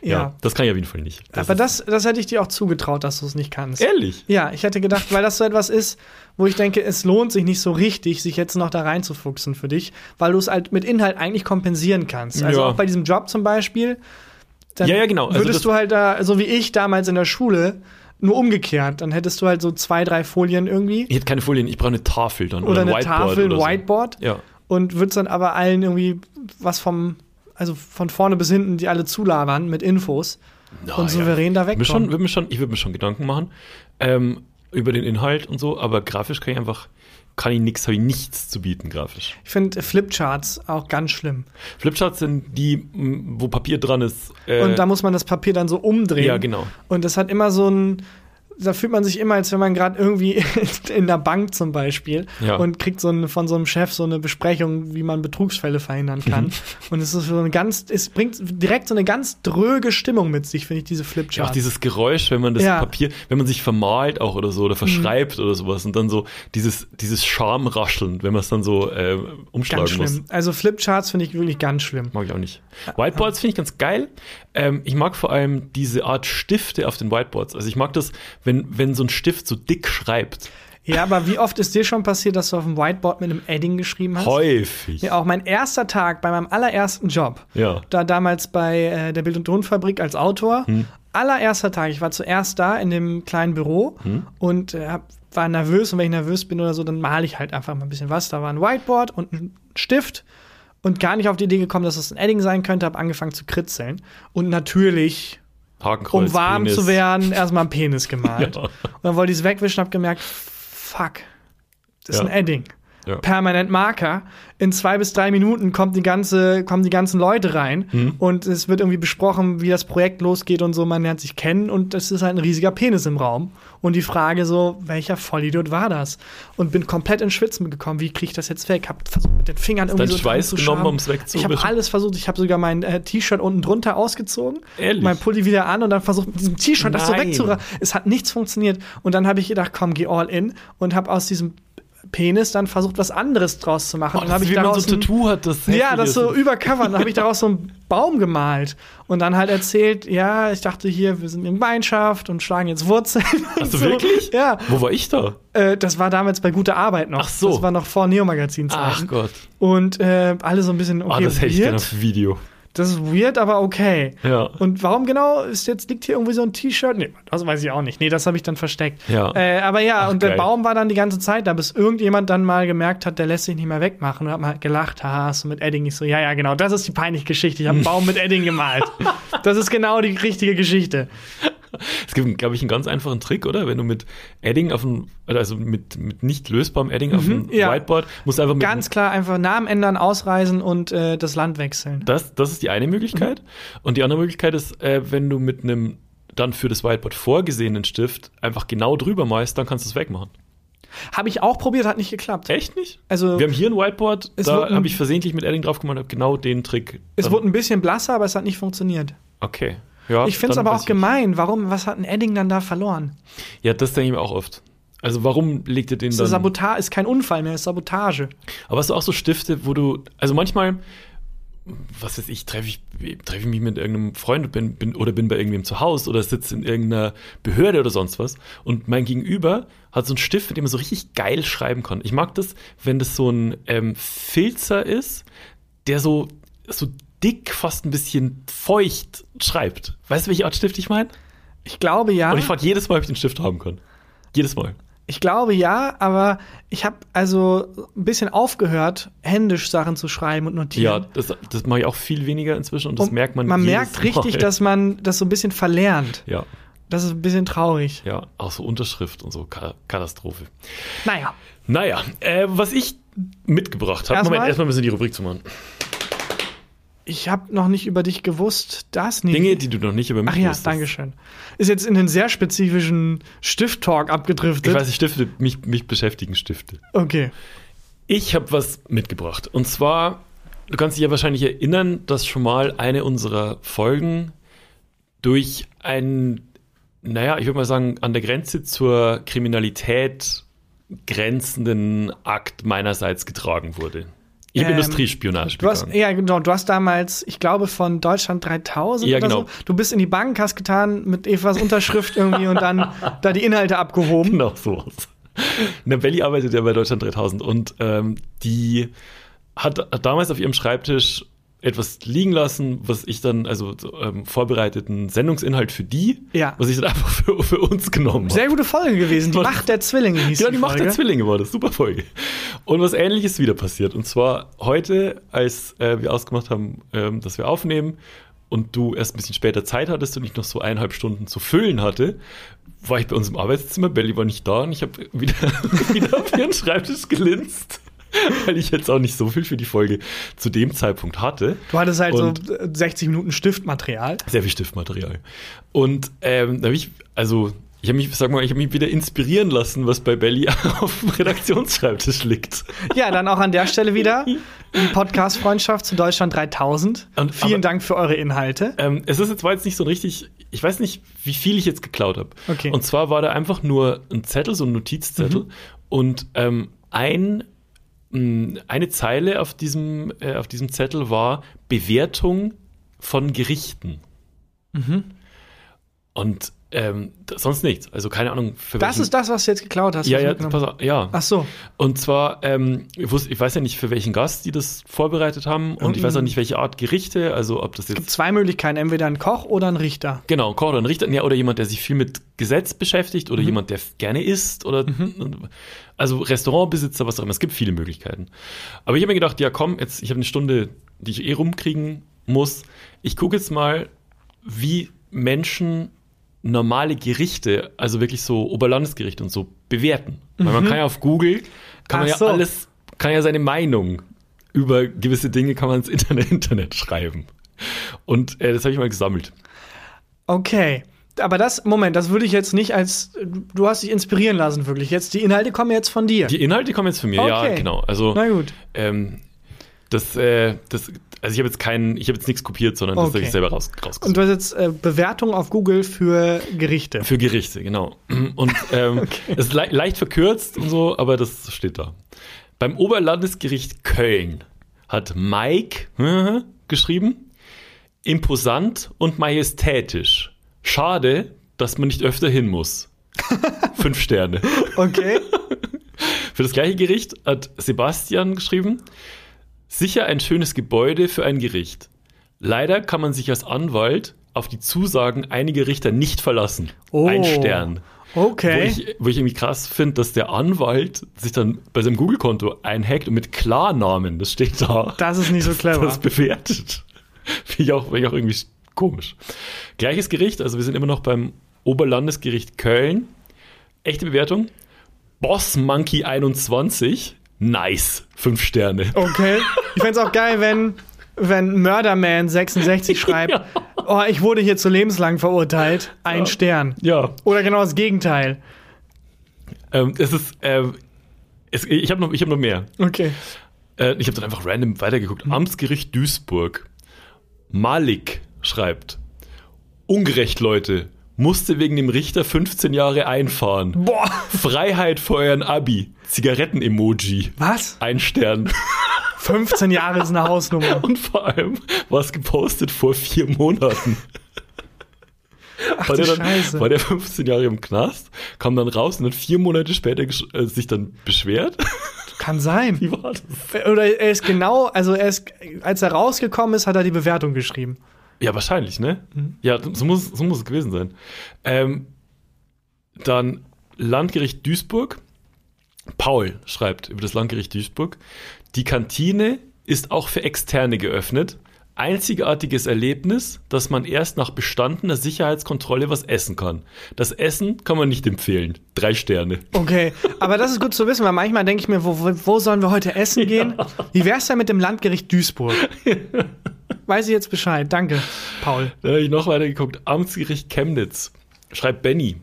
C: Ja,
B: Ja.
C: das kann ich auf jeden Fall nicht. Das
B: Aber
C: ist-
B: das, das hätte ich dir auch zugetraut, dass du es nicht kannst.
C: Ehrlich?
B: Ja, ich hätte gedacht, weil das so etwas ist, wo ich denke, es lohnt sich nicht so richtig, sich jetzt noch da reinzufuchsen für dich, weil du es halt mit Inhalt eigentlich kompensieren kannst. Also
C: Ja.
B: auch bei diesem Job zum Beispiel, dann
C: Ja, ja, genau. Also das-
B: würdest du halt da, so wie ich damals in der Schule, nur umgekehrt, dann hättest du halt so zwei, drei Folien irgendwie
C: Ich hätte keine Folien, ich brauche eine Tafel dann.
B: oder
C: ein
B: eine Tafel, ein
C: oder so.
B: Whiteboard
C: Ja.
B: und würdest dann aber allen irgendwie was vom, also von vorne bis hinten, die alle zulabern mit Infos.
C: Ah,
B: Und souverän da
C: Würd mir
B: wegkommen.
C: schon, würd mir schon, Ich würde mir schon Gedanken machen ähm, über den Inhalt und so, aber grafisch kann ich einfach, kann ich nichts, habe ich nichts zu bieten grafisch.
B: Ich finde Flipcharts auch ganz schlimm.
C: Flipcharts sind die, m, wo Papier dran ist. äh,
B: Und da muss man das Papier dann so umdrehen.
C: Ja, genau.
B: Und das hat immer so ein. Da fühlt man sich immer, als wenn man gerade irgendwie in der Bank zum Beispiel
C: Ja.
B: und kriegt so ein, von so einem Chef so eine Besprechung, wie man Betrugsfälle verhindern
C: Mhm.
B: kann. und es ist so eine ganz, es bringt direkt so eine ganz dröge Stimmung mit sich, finde ich, diese
C: auch
B: Flipcharts.
C: dieses Geräusch, wenn man das
B: Ja. Mhm.
C: Papier, wenn man sich vermalt auch oder so oder verschreibt oder sowas und dann so dieses, dieses Schamrascheln, wenn man es dann so äh, umschlagen
B: ganz
C: muss.
B: schlimm. Also Flipcharts finde ich wirklich ganz schlimm.
C: Mag ich auch nicht.
B: Ah,
C: Whiteboards finde ich ganz geil. Ähm, ich mag vor allem diese Art Stifte auf den Whiteboards. Also ich mag das, wenn, wenn so ein Stift so dick schreibt.
B: Ja, aber wie oft ist dir schon passiert, dass du auf dem Whiteboard mit einem Edding geschrieben hast?
C: Häufig.
B: Ja, auch mein erster Tag bei meinem allerersten Job.
C: Ja.
B: Da damals bei äh, der Bild- und Tonfabrik als Autor. Allererster Tag. Ich war zuerst da in dem kleinen Büro und äh, hab, war nervös. Und wenn ich nervös bin oder so, dann male ich halt einfach mal ein bisschen was. Da war ein Whiteboard und ein Stift und gar nicht auf die Idee gekommen, dass es das ein Edding sein könnte. Hab angefangen zu kritzeln. Und natürlich
C: Hakenkreuz,
B: um warm
C: Penis.
B: zu werden, erstmal einen Penis gemalt.
C: Ja.
B: Und dann wollte ich es wegwischen und habe gemerkt, fuck, das ist
C: Ja.
B: ein Edding.
C: Ja.
B: Permanent Marker. In zwei bis drei Minuten kommt die ganze, kommen die ganzen Leute rein
C: Hm.
B: und es wird irgendwie besprochen, wie das Projekt losgeht und so. Man lernt sich kennen und es ist halt ein riesiger Penis im Raum. Und die Frage so, welcher Vollidiot war das? Und bin komplett ins Schwitzen gekommen. Wie kriege ich das jetzt weg? Hab versucht, mit den Fingern irgendwie
C: dein
B: so
C: Schweiß
B: dran zu schaben.
C: genommen, um's wegzuwischen?
B: Ich habe alles versucht. Ich habe sogar mein äh, T-Shirt unten drunter ausgezogen.
C: Ehrlich?
B: Mein Pulli wieder an und dann versucht mit diesem T-Shirt das so
C: Nein.
B: wegzureißen. Es hat nichts funktioniert. Und dann habe ich gedacht, komm, geh all in und habe aus diesem Penis dann versucht, was anderes draus zu machen.
C: Oh,
B: Und
C: das
B: hab
C: ist, wie
B: dann
C: wenn man
B: aus
C: so ein
B: dem-
C: Tattoo hat, das
B: ja,
C: heftig
B: das
C: ist.
B: so übercovern. Dann habe ich daraus so einen Baum gemalt und dann halt erzählt, ja, ich dachte hier, wir sind in Gemeinschaft und schlagen jetzt Wurzeln.
C: Hast du
B: so.
C: wirklich?
B: Ja,
C: Wo war ich da?
B: äh, das war damals bei guter Arbeit noch.
C: Ach so.
B: Das war noch vor
C: Ach
B: Neo-Magazin-Zeiten.
C: Gott.
B: Und äh, alle so ein bisschen
C: Oh,
B: okay,
C: das hätte ich gerne
B: weird.
C: auf Video.
B: Das ist weird, aber okay.
C: Ja.
B: Und warum genau ist jetzt liegt hier irgendwie so ein T-Shirt? Nee, das weiß ich auch nicht. Nee, das habe ich dann versteckt.
C: Ja.
B: Äh, aber ja,
C: Ach,
B: und
C: geil.
B: der Baum war dann die ganze Zeit da, bis irgendjemand dann mal gemerkt hat, der lässt sich nicht mehr wegmachen und hat mal gelacht, haha, hast du mit Edding? Ich so, ja, ja, genau, das ist die peinliche Geschichte. Ich habe einen Baum mit Edding gemalt. Das ist genau die richtige Geschichte.
C: Es gibt, glaube ich, einen ganz einfachen Trick, oder? Wenn du mit Adding auf ein, also mit, mit nicht lösbarem Adding auf ein
B: Mhm, ja.
C: Whiteboard, musst du einfach mit
B: Ganz klar, einfach Namen ändern, ausreisen und äh, das Land wechseln.
C: Das, das ist die eine Möglichkeit.
B: Mhm.
C: Und die andere Möglichkeit ist, äh, wenn du mit einem dann für das Whiteboard vorgesehenen Stift einfach genau drüber malst, dann kannst du es wegmachen.
B: Habe ich auch probiert, hat nicht geklappt.
C: Echt nicht?
B: Also-
C: wir haben hier ein Whiteboard,
B: Es
C: da
B: wurden-
C: habe ich versehentlich mit Edding drauf gemacht und habe genau den Trick.
B: Es
C: dann-
B: wurde ein bisschen blasser, aber es hat nicht funktioniert.
C: Okay. Ja,
B: ich finde es
C: dann
B: aber
C: weiß
B: auch gemein. Warum, was hat ein Edding dann da verloren?
C: Ja, das denke ich mir auch oft. Also warum legt ihr den
B: Ist,
C: dann?
B: das Sabota ist kein Unfall mehr, ist Sabotage.
C: Aber hast du auch so Stifte, wo du, also manchmal, was weiß ich, treffe ich, treffe ich mich mit irgendeinem Freund und bin, bin, oder bin bei irgendwem zu Hause oder sitze in irgendeiner Behörde oder sonst was und mein Gegenüber hat so einen Stift, mit dem man so richtig geil schreiben kann. Ich mag das, wenn das so ein ähm, Filzer ist, der so, so dick, fast ein bisschen feucht schreibt. Weißt du, welche Art Stift ich meine?
B: Ich glaube ja.
C: Und ich frage jedes Mal, ob ich den Stift haben kann. Jedes Mal.
B: Ich glaube ja, aber ich habe also ein bisschen aufgehört, händisch Sachen zu schreiben und
C: Ja,
B: notieren.
C: das, das mache ich auch viel weniger inzwischen und das
B: Und
C: merkt man
B: Man
C: jedes
B: merkt richtig,
C: Mal.
B: dass man das so ein bisschen verlernt.
C: Ja.
B: Das ist ein bisschen traurig.
C: Ja, auch so Unterschrift und so Ka- Katastrophe.
B: Naja,
C: Naja, äh, was ich mitgebracht habe.
B: Erstmal?
C: Moment, erstmal müssen wir die Rubrik zu machen.
B: ich habe noch nicht über dich gewusst, das nicht.
C: Dinge, die du noch nicht über mich
B: Ach ja,
C: wusstest.
B: danke schön. Ist jetzt in den sehr spezifischen Stift-Talk abgedriftet.
C: Ich weiß, nicht, Stifte, mich, mich beschäftigen Stifte.
B: okay.
C: Ich habe was mitgebracht. Und zwar, du kannst dich ja wahrscheinlich erinnern, dass schon mal eine unserer Folgen durch ein, naja, ich würde mal sagen, an der Grenze zur Kriminalität grenzenden Akt meinerseits getragen wurde. Ich habe
B: Ähm,
C: Industriespionage
B: Du hast,
C: begangen.
B: ja, genau. Du hast damals, ich glaube, von Deutschland 3000
C: Ja,
B: oder
C: genau.
B: so, du bist in die Bank, hast getan mit Evas Unterschrift irgendwie und dann da die Inhalte abgehoben.
C: Genau sowas. Na, Belly arbeitet ja bei Deutschland 3000 und ähm, die hat, hat damals auf ihrem Schreibtisch etwas liegen lassen, was ich dann, also so, ähm, vorbereiteten Sendungsinhalt für die,
B: Ja.
C: was ich dann einfach für, für uns genommen habe.
B: Sehr gute Folge gewesen. Die
C: Was?
B: Macht der Zwillinge hieß
C: Genau. Ja, Genau, die Macht
B: Folge.
C: der Zwillinge war das. Super Folge. Und was ähnliches wieder passiert. Und zwar heute, als äh, wir ausgemacht haben, ähm, dass wir aufnehmen und du erst ein bisschen später Zeit hattest und ich noch so eineinhalb Stunden zu füllen hatte, war ich bei uns im Arbeitszimmer. Belly war nicht da und ich habe wieder, wieder auf ihren Schreibtisch gelinst. Weil ich jetzt auch nicht so viel für die Folge zu dem Zeitpunkt hatte.
B: Du hattest halt
C: Und-
B: so äh, 60 Minuten Stiftmaterial.
C: Sehr viel Stiftmaterial. Und ähm, da habe ich, also, ich habe mich, sag mal, ich habe mich wieder inspirieren lassen, was bei Belly auf dem Redaktionsschreibtisch liegt.
B: Ja, dann auch an der Stelle wieder die Podcast-Freundschaft zu Deutschland 3000.
C: Und- aber-
B: Vielen Dank für eure Inhalte.
C: Ähm, es ist jetzt, war jetzt nicht so ein richtig, ich weiß nicht, wie viel ich jetzt geklaut habe.
B: Okay. Mhm.
C: Und zwar war da einfach nur ein Zettel, so ein Notizzettel und ähm, ein, mh, eine Zeile auf diesem, äh, auf diesem Zettel war Bewertung von Gerichten.
B: Mhm.
C: Und ähm, d- sonst nichts. Also keine Ahnung. Für
B: Das
C: welchen-
B: ist das, was du jetzt geklaut hast.
C: Ja,
B: was
C: ja,
B: mitgenommen- Ah.
C: pass auf, ja.
B: Ach so.
C: Und zwar, ähm, ich, wusste, ich weiß ja nicht, für welchen Gast die das vorbereitet haben und ich weiß auch nicht, welche Art Gerichte, also ob
B: Ähm.
C: das
B: Es gibt
C: jetzt.
B: zwei Möglichkeiten. Entweder ein Koch oder ein Richter.
C: Genau, Koch oder ein Richter, ja, oder jemand, der sich viel mit Gesetz beschäftigt
B: Mhm.
C: oder jemand, der f- gerne isst oder also Restaurantbesitzer, was auch immer. Es gibt viele Möglichkeiten. Aber ich habe mir gedacht, ja komm, jetzt, ich habe eine Stunde, die ich eh rumkriegen muss. Ich gucke jetzt mal, wie Menschen normale Gerichte, also wirklich so Oberlandesgerichte und so, bewerten. Weil man kann ja auf Google, kann man
B: Mhm. Ach
C: ja
B: so.
C: alles, kann ja seine Meinung über gewisse Dinge kann man ins Internet, Internet schreiben. Und äh, das habe ich mal gesammelt.
B: Okay. Aber das, Moment, das würde ich jetzt nicht als. Du hast dich inspirieren lassen, wirklich. Jetzt, die Inhalte kommen jetzt von dir.
C: Die Inhalte kommen jetzt von mir, ja,
B: Okay.
C: genau. Also,
B: Na gut.
C: genau. ähm, Das, äh, das, also ich habe jetzt keinen, ich habe jetzt nichts kopiert, sondern das
B: Okay.
C: habe ich selber raus, rausgesucht.
B: Und du hast jetzt äh, Bewertung auf Google für Gerichte.
C: Für Gerichte, genau. Und ähm, es ist le leicht verkürzt und so, aber das steht da. Beim Oberlandesgericht Köln hat Mike geschrieben, imposant und majestätisch. Schade, dass man nicht öfter hin muss. Fünf Sterne.
B: Okay.
C: Für das gleiche Gericht hat Sebastian geschrieben, sicher ein schönes Gebäude für ein Gericht. Leider kann man sich als Anwalt auf die Zusagen einiger Richter nicht verlassen.
B: Oh.
C: Ein Stern. Wo,
B: Okay.
C: ich, wo ich irgendwie krass finde, dass der Anwalt sich dann bei seinem Google-Konto einhackt und mit Klarnamen, das steht da,
B: das ist nicht so clever.
C: das bewertet. Finde ich, auch- finde ich auch irgendwie komisch. Gleiches Gericht, also wir sind immer noch beim Oberlandesgericht Köln. Echte Bewertung. Boss Monkey 21. Nice. Fünf Sterne.
B: Okay. Ich fände es auch geil, wenn, wenn Murderman 66 schreibt,
C: Ja.
B: oh, ich wurde hier zu lebenslang verurteilt. Ein Stern.
C: Ja,
B: Oder genau das Gegenteil.
C: ähm, es ist. Ähm, es, ich habe noch, ich hab noch mehr.
B: Okay.
C: Äh, ich habe dann einfach random weitergeguckt. Amtsgericht Duisburg. Malik schreibt: Ungerecht, Leute. Musste wegen dem Richter 15 Jahre einfahren.
B: Boah.
C: Freiheit vor euren Abi. Zigaretten-Emoji.
B: Was?
C: Ein Stern.
B: 15 Jahre ist eine Hausnummer.
C: Und vor allem war es gepostet vor vier Monaten.
B: Ach
C: War
B: du
C: der, dann,
B: Scheiße.
C: war der 15 Jahre im Knast, kam dann raus und dann vier Monate später gesch- äh, sich dann beschwert.
B: Kann sein.
C: Wie war das?
B: Oder er ist genau, also er ist, als er rausgekommen ist, hat er die Bewertung geschrieben.
C: Ja, wahrscheinlich, ne? Ja, so muss, so muss es gewesen sein. Ähm, dann Landgericht Duisburg. Paul schreibt über das Landgericht Duisburg. Die Kantine ist auch für Externe geöffnet. Einzigartiges Erlebnis, dass man erst nach bestandener Sicherheitskontrolle was essen kann. Das Essen kann man nicht empfehlen. Drei Sterne.
B: Okay, aber das ist gut zu wissen, weil manchmal denke ich mir, wo, wo- wo sollen wir heute essen gehen? Wie wär's denn mit dem Landgericht Duisburg? Weiß ich jetzt Bescheid. Danke, Paul.
C: Da habe ich noch weiter geguckt. Amtsgericht Chemnitz. Schreibt Benny.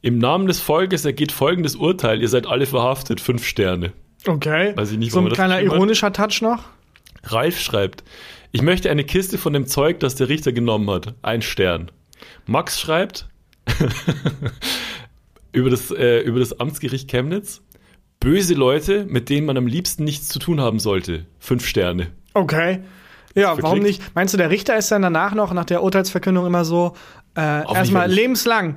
C: Im Namen des Volkes ergeht folgendes Urteil. Ihr seid alle verhaftet. Fünf Sterne.
B: Okay.
C: Weiß ich nicht,
B: so
C: warum
B: ein
C: er das
B: kleiner
C: geschrieben hat.
B: ironischer Touch noch.
C: Ralf schreibt, ich möchte eine Kiste von dem Zeug, das der Richter genommen hat. Ein Stern. Max schreibt über, das, äh, über das Amtsgericht Chemnitz, böse Leute, mit denen man am liebsten nichts zu tun haben sollte. Fünf Sterne.
B: Okay. Ja, warum
C: Verklickt.
B: nicht? Meinst du, der Richter ist dann danach noch nach der Urteilsverkündung immer so äh, erstmal
C: nicht.
B: lebenslang?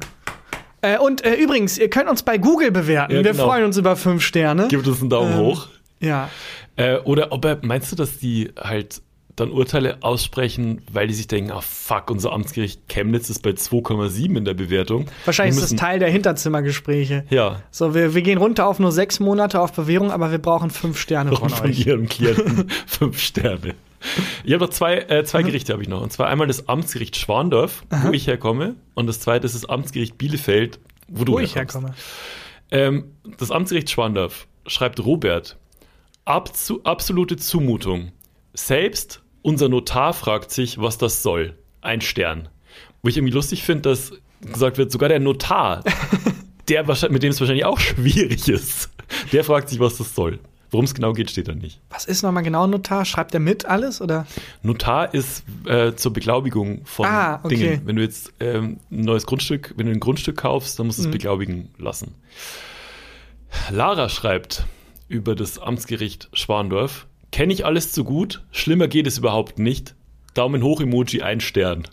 B: Äh, und äh, übrigens, ihr könnt uns bei Google bewerten.
C: Ja,
B: Wir
C: genau.
B: freuen uns über fünf Sterne.
C: Gibt uns einen Daumen
B: Ähm.
C: hoch.
B: ja.
C: Äh, oder ob er, meinst du, dass die halt dann Urteile aussprechen, weil die sich denken, ah fuck, unser Amtsgericht Chemnitz ist bei 2,7 in der Bewertung.
B: Wahrscheinlich
C: Wir
B: ist das
C: müssen-
B: Teil der Hinterzimmergespräche.
C: Ja,
B: So, wir, wir gehen runter auf nur sechs Monate auf Bewährung, aber wir brauchen fünf Sterne
C: Und
B: von
C: von
B: euch.
C: ihrem Klienten fünf Sterne. Ich habe noch zwei, äh, zwei Gerichte habe ich noch. Und zwar einmal das Amtsgericht Schwandorf, wo ich herkomme, und das zweite ist das Amtsgericht Bielefeld, wo du
B: Wo ich
C: herkommst.
B: herkomme.
C: Ähm, das Amtsgericht Schwandorf schreibt Robert, Abzu absolute Zumutung. Selbst unser Notar fragt sich, was das soll. Ein Stern. Wo ich irgendwie lustig finde, dass gesagt wird, sogar der Notar, der wahrscheinlich, mit dem es wahrscheinlich auch schwierig ist, der fragt sich, was das soll. Worum es genau geht, steht da nicht.
B: Was ist nochmal genau ein Notar? Schreibt er mit alles oder?
C: Notar ist äh, zur Beglaubigung von
B: Ah, okay.
C: Dingen. Wenn du jetzt ähm, ein neues Grundstück, wenn du ein Grundstück kaufst, dann
B: Mhm.
C: musst du es beglaubigen lassen. Lara schreibt über das Amtsgericht Schwandorf: Kenne ich alles zu gut? Schlimmer geht es überhaupt nicht. Daumen hoch Emoji ein Stern.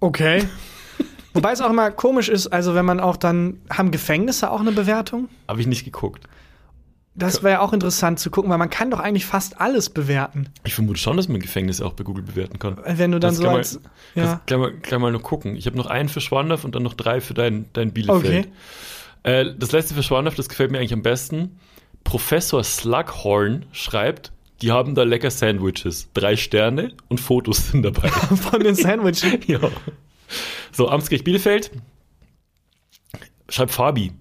B: Okay. Wobei es auch immer komisch ist, also wenn man auch dann, haben Gefängnisse auch eine Bewertung?
C: Habe ich nicht geguckt.
B: Das wäre ja auch interessant zu gucken, weil man kann doch eigentlich fast alles bewerten.
C: Ich vermute schon, dass man Gefängnisse auch bei Google bewerten kann.
B: Wenn du dann so
C: kann man-
B: als.
C: Das
B: Ja.
C: kann man, kann man nur gucken. Ich habe noch einen für Schwandorf und dann noch drei für dein, dein Bielefeld.
B: Okay.
C: Äh, das letzte für Schwandorf, das gefällt mir eigentlich am besten. Professor Slughorn schreibt, die haben da lecker Sandwiches. Drei Sterne und Fotos sind dabei.
B: Von den Sandwiches.
C: ja. So, Amtsgericht Bielefeld. Schreibt Fabi.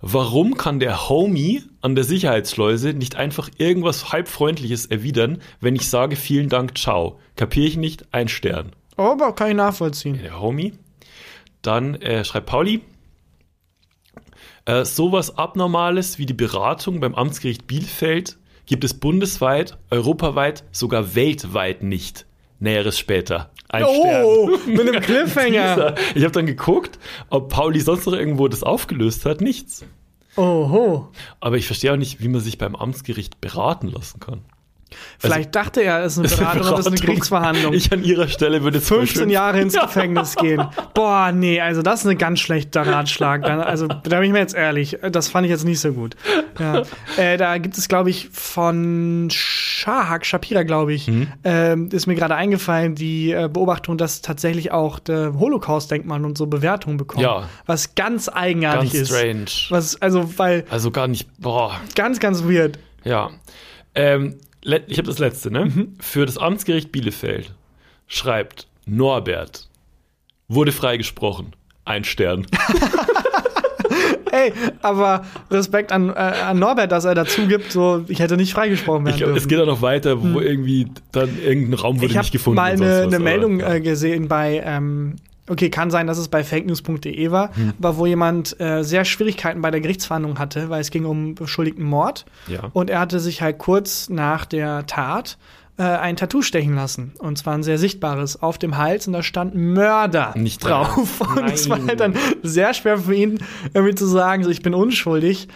C: Warum kann der Homie an der Sicherheitsschleuse nicht einfach irgendwas halbfreundliches erwidern, wenn ich sage vielen Dank, ciao? Kapier ich nicht, ein Stern.
B: Oh, Aber kann ich nachvollziehen.
C: Der Homie. Dann äh, schreibt Pauli. Äh, sowas Abnormales wie die Beratung beim Amtsgericht Bielefeld gibt es bundesweit, europaweit, sogar weltweit nicht. Näheres später. Ein
B: oh,
C: Stern.
B: mit einem Cliffhanger.
C: Teaser. Ich habe dann geguckt, ob Pauli sonst noch irgendwo das aufgelöst hat. Nichts.
B: Oho.
C: Aber ich verstehe auch nicht, wie man sich beim Amtsgericht beraten lassen kann.
B: Vielleicht dachte er, es ist eine Beratung, aber es ist eine Gerichtsverhandlung.
C: Also Ich an ihrer Stelle würde jetzt
B: 15 Jahre ins Gefängnis gehen. Boah, nee, also das ist ein ganz schlechter Ratschlag. Dann- Also da bin ich mir jetzt ehrlich, das fand ich jetzt nicht so gut. Ja. Äh, da gibt es, glaube ich, von Shahak Shapira, glaube ich,
C: Mhm.
B: ähm, ist mir gerade eingefallen, die äh, Beobachtung, dass tatsächlich auch der Holocaust-Denkmal und so Bewertungen bekommen.
C: Ja.
B: Was ganz eigenartig
C: Ganz
B: ist.
C: strange.
B: Was, also, weil
C: Also gar nicht, boah,
B: ganz, ganz weird.
C: ja. Ähm, le- ich habe das letzte, ne?
B: Mhm.
C: Für das Amtsgericht Bielefeld schreibt Norbert, wurde freigesprochen. Ein Stern.
B: Ey, aber Respekt an, äh, an Norbert, dass er dazu gibt, so, ich hätte nicht freigesprochen werden
C: Ich glaub,
B: dürfen.
C: es geht auch noch weiter, wo irgendwie dann irgendein Raum wurde
B: Hm. ich
C: nicht
B: habe
C: gefunden.
B: mal
C: und sonst
B: eine,
C: was,
B: eine
C: aber,
B: Meldung
C: ja.
B: äh, gesehen bei, ähm, okay, kann sein, dass es bei fakenews.de war,
C: Hm.
B: aber wo jemand äh, sehr Schwierigkeiten bei der Gerichtsverhandlung hatte, weil es ging um beschuldigten Mord.
C: Ja.
B: Und er hatte sich halt kurz nach der Tat äh, ein Tattoo stechen lassen. Und zwar ein sehr sichtbares auf dem Hals und da stand Mörder
C: Nicht
B: drauf. Und es war
C: Nein.
B: halt dann sehr schwer für ihn, irgendwie zu sagen, so ich bin unschuldig.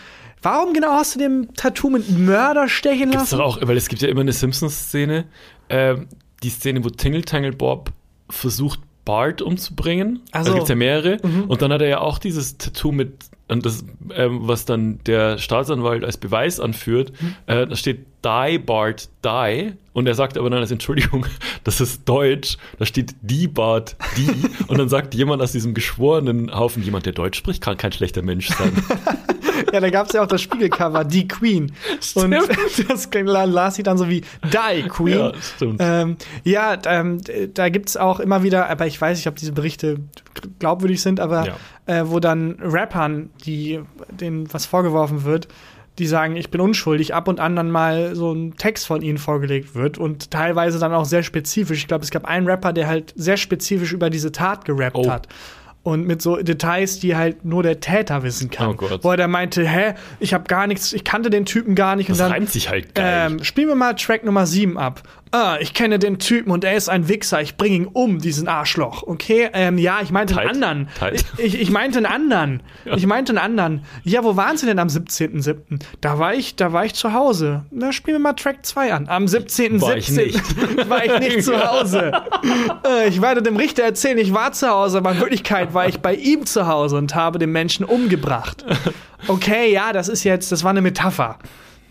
B: Warum genau hast du dem Tattoo mit Mörder stechen
C: Gibt's
B: lassen?
C: doch auch, weil es gibt ja immer eine Simpsons-Szene, ähm, die Szene, wo Tingle Tangle Bob versucht, Bart umzubringen.
B: Ach
C: Also
B: so. Mhm.
C: gibt es ja mehrere. Und dann hat er ja auch dieses Tattoo mit, und das, ähm, was dann der Staatsanwalt als Beweis anführt.
B: Mhm.
C: Äh, da steht Die Bart Die. Und er sagt aber dann als Entschuldigung, das ist Deutsch. Da steht Die Bart Die. und dann sagt jemand aus diesem geschworenen Haufen, jemand, der Deutsch spricht, kann kein schlechter Mensch sein.
B: Ja, da gab's ja auch das Spiegelcover, Die Queen. Und das las sie dann so wie Die Queen.
C: Ja, stimmt.
B: Ähm, ja, d- ähm, d- da gibt's auch immer wieder, aber ich weiß nicht, ob diese Berichte glaubwürdig sind, aber äh, wo dann Rappern, die denen was vorgeworfen wird, die sagen, ich bin unschuldig, ab und an dann mal so ein Text von ihnen vorgelegt wird und teilweise dann auch sehr spezifisch. Ich glaube, es gab einen Rapper, der halt sehr spezifisch über diese Tat gerappt
C: Oh.
B: hat. Und mit so Details, die halt nur der Täter wissen kann.
C: Oh Gott.
B: Wo er dann meinte, hä, ich habe gar nichts, ich kannte den Typen gar nicht.
C: Das
B: und dann,
C: reimt sich halt geil.
B: ähm, spielen wir mal Track Nummer 7 ab. Ah, ich kenne den Typen und er ist ein Wichser. Ich bringe ihn um, diesen Arschloch. Okay, ähm, ja, ich meinte
C: Tight.
B: einen anderen.
C: Tight.
B: Ich, ich, ich meinte einen anderen. Ich meinte einen anderen. Ja, wo waren Sie denn am 17.07.? Da war ich, da war ich zu Hause. Na, spielen wir mal Track 2 an. Am 17.07.
C: War ich nicht.
B: war ich nicht zu Hause. Äh, ich werde dem Richter erzählen, ich war zu Hause, aber in Wirklichkeit war ich bei ihm zu Hause und habe den Menschen umgebracht. Okay, ja, das ist jetzt, das war eine Metapher.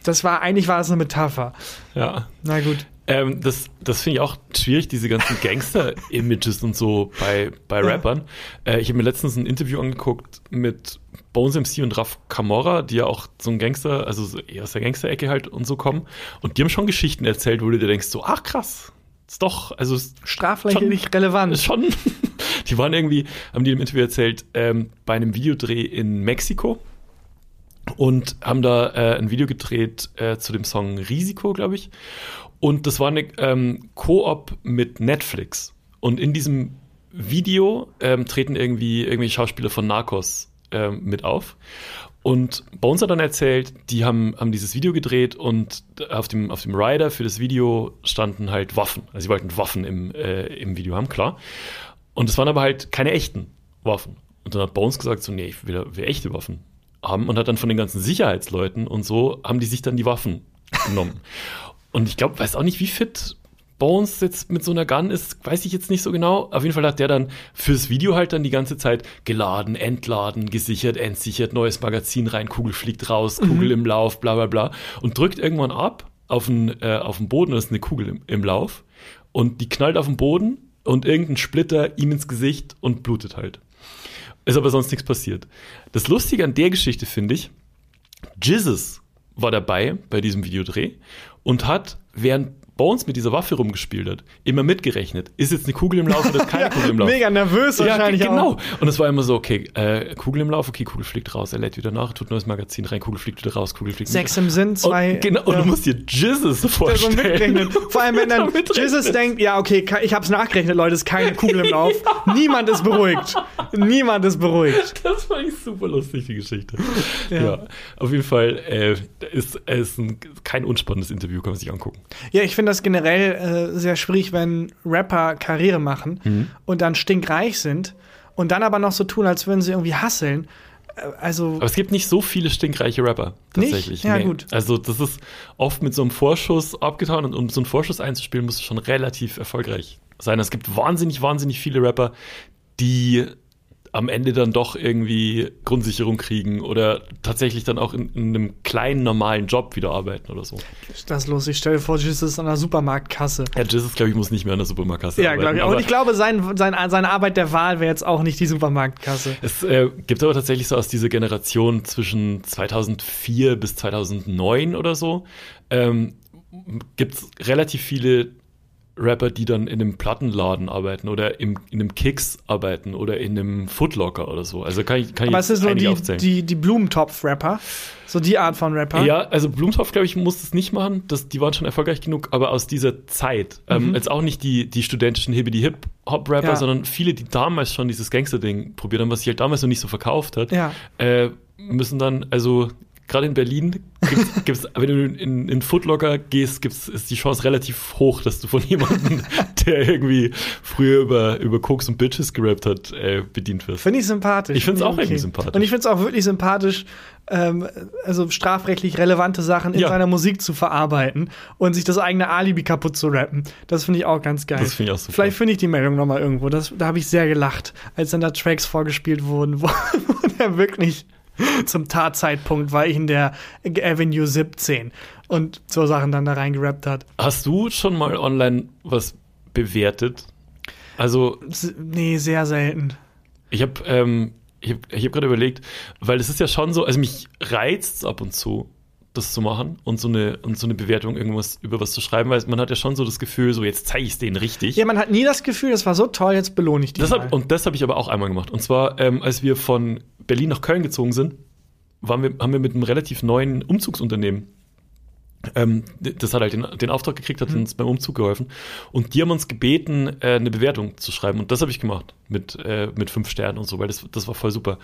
B: Das war, eigentlich war es eine Metapher.
C: ja.
B: Na gut.
C: Ähm, das das finde ich auch schwierig, diese ganzen Gangster-Images und so bei, bei Rappern. Äh, ich habe mir letztens ein Interview angeguckt mit Bones MC und Raf Camora, die ja auch so ein Gangster, also so eher aus der Gangster-Ecke halt und so kommen. Und die haben schon Geschichten erzählt, wo du dir denkst, so, ach krass, ist doch, also ist
B: Strafrechtlich relevant.
C: ist schon. Die waren irgendwie, haben die im Interview erzählt, ähm, bei einem Videodreh in Mexiko und haben da äh, ein Video gedreht äh, zu dem Song Risiko, glaube ich. Und das war eine ähm, Koop mit Netflix. Und in diesem Video ähm, treten irgendwie irgendwelche Schauspieler von Narcos ähm, mit auf. Und Bones hat dann erzählt, die haben, haben dieses Video gedreht und auf dem, auf dem Rider für das Video standen halt Waffen. Also sie wollten Waffen im, äh, im Video haben, klar. Und es waren aber halt keine echten Waffen. Und dann hat Bones gesagt, so, nee, ich will, will echte Waffen haben. Und hat dann von den ganzen Sicherheitsleuten und so, haben die sich dann die Waffen genommen. Und ich glaube, weiß auch nicht, wie fit Bones jetzt mit so einer Gun ist, weiß ich jetzt nicht so genau. Auf jeden Fall hat der dann fürs Video halt dann die ganze Zeit geladen, entladen, gesichert, entsichert, neues Magazin rein, Kugel fliegt raus, Kugel im Lauf, bla bla bla. Und drückt irgendwann ab auf den, äh, auf den Boden, das ist eine Kugel im, im Lauf. Und die knallt auf den Boden und irgendein Splitter ihm ins Gesicht und blutet halt. Ist aber sonst nichts passiert. Das Lustige an der Geschichte finde ich, Jesus war dabei bei diesem Videodreh und hat, während Bones mit dieser Waffe rumgespielt hat, immer mitgerechnet. Ist jetzt eine Kugel im Lauf oder ist keine Kugel im Lauf?
B: Mega nervös wahrscheinlich
C: ja, ge- genau.
B: auch.
C: Und es war immer so, okay, äh, Kugel im Lauf, okay, Kugel fliegt raus, er lädt wieder nach, tut neues Magazin rein, Kugel fliegt wieder raus, Kugel fliegt
B: Sechs
C: wieder.
B: im Sinn, zwei.
C: Und, genau, und
B: ja.
C: du musst dir Jesus
B: Äh, so
C: vorstellen.
B: mitrechnen. Vor allem, wenn dann
C: Ja, mitrechnen.
B: Jesus denkt, ja, okay, ka- ich hab's nachgerechnet, Leute, ist keine Kugel im Lauf. Niemand ist beruhigt. Niemand ist beruhigt.
C: Das fand ich super lustig, die Geschichte. Ja, auf jeden Fall äh, ist es ein, kein unspannendes Interview, kann man sich angucken.
B: Ja, ich finde das generell äh, sehr schwierig, wenn Rapper Karriere machen
C: Mhm.
B: und dann stinkreich sind und dann aber noch so tun, als würden sie irgendwie hasseln. Äh, Also,
C: Aber es gibt nicht so viele stinkreiche Rapper,
B: Nicht?
C: tatsächlich.
B: Ja, gut.
C: Also, das ist oft mit so einem Vorschuss abgetan und um so einen Vorschuss einzuspielen, musst du schon relativ erfolgreich sein. Es gibt wahnsinnig, wahnsinnig viele Rapper, die am Ende dann doch irgendwie Grundsicherung kriegen oder tatsächlich dann auch in, in einem kleinen, normalen Job wieder arbeiten oder so.
B: ist das los? Ich stelle vor, Jesus ist an der Supermarktkasse.
C: Ja, Jesus, glaube ich, muss nicht mehr an der Supermarktkasse
B: Ja,
C: arbeiten.
B: glaube ich. auch.
C: aber
B: Und ich glaube, sein, sein, seine Arbeit der Wahl wäre jetzt auch nicht die Supermarktkasse.
C: Es äh, gibt aber tatsächlich so aus dieser Generation zwischen 2004 bis 2009 oder so, ähm, gibt es relativ viele Rapper, die dann in einem Plattenladen arbeiten oder im, in einem Kicks arbeiten oder in einem Footlocker oder so. Also kann ich, kann
B: Aber
C: ich
B: es ist so
C: einige
B: die,
C: aufzählen.
B: die, die Blumentopf-Rapper. So die Art von Rapper.
C: Ja, also Blumentopf, glaube ich, musste es nicht machen. Das, die waren schon erfolgreich genug, aber aus dieser Zeit. Ähm, jetzt auch nicht die, die studentischen Hibbidi-Hip-Hop-Rapper,
B: Mhm. Ja.
C: sondern viele, die damals schon dieses Gangster-Ding probiert haben, was sich halt damals noch nicht so verkauft hat,
B: Ja.
C: äh, müssen dann, also gerade in Berlin, gibt's, gibt's, wenn du in, in Footlocker gehst, gibt's, ist die Chance relativ hoch, dass du von jemandem, der irgendwie früher über, über Koks und Bitches gerappt hat, äh, bedient wirst.
B: Finde ich sympathisch.
C: Ich find's auch
B: Okay.
C: irgendwie sympathisch.
B: Und ich finde es auch wirklich sympathisch, ähm, also strafrechtlich relevante Sachen in
C: Ja.
B: seiner Musik zu verarbeiten und sich das eigene Alibi kaputt zu rappen. Das finde ich auch ganz geil.
C: Das finde ich auch super.
B: Vielleicht finde ich die Meldung nochmal irgendwo. Das, da habe ich sehr gelacht, als dann da Tracks vorgespielt wurden, wo, wo der wirklich zum Tatzeitpunkt war ich in der Avenue 17 und so Sachen dann da reingerappt hat.
C: Hast du schon mal online was bewertet? Also,
B: S nee, sehr selten.
C: ich habe ähm, ich hab, ich hab gerade überlegt, weil es ist ja schon so, also mich reizt ab und zu, das zu machen und so eine und so eine Bewertung irgendwas über was zu schreiben, weil man hat ja schon so das Gefühl, so jetzt zeige ich es denen richtig.
B: Ja, man hat nie das Gefühl, das war so toll, jetzt belohne ich die.
C: Das
B: mal.
C: hab, und das habe ich aber auch einmal gemacht. Und zwar, ähm, als wir von Berlin nach Köln gezogen sind, waren wir, haben wir mit einem relativ neuen Umzugsunternehmen. Ähm, d- das hat halt den, den Auftrag gekriegt, hat uns beim Umzug geholfen. Und die haben uns gebeten, äh, eine Bewertung zu schreiben. Und das habe ich gemacht mit, äh, mit fünf Sternen und so, weil das, das war voll super.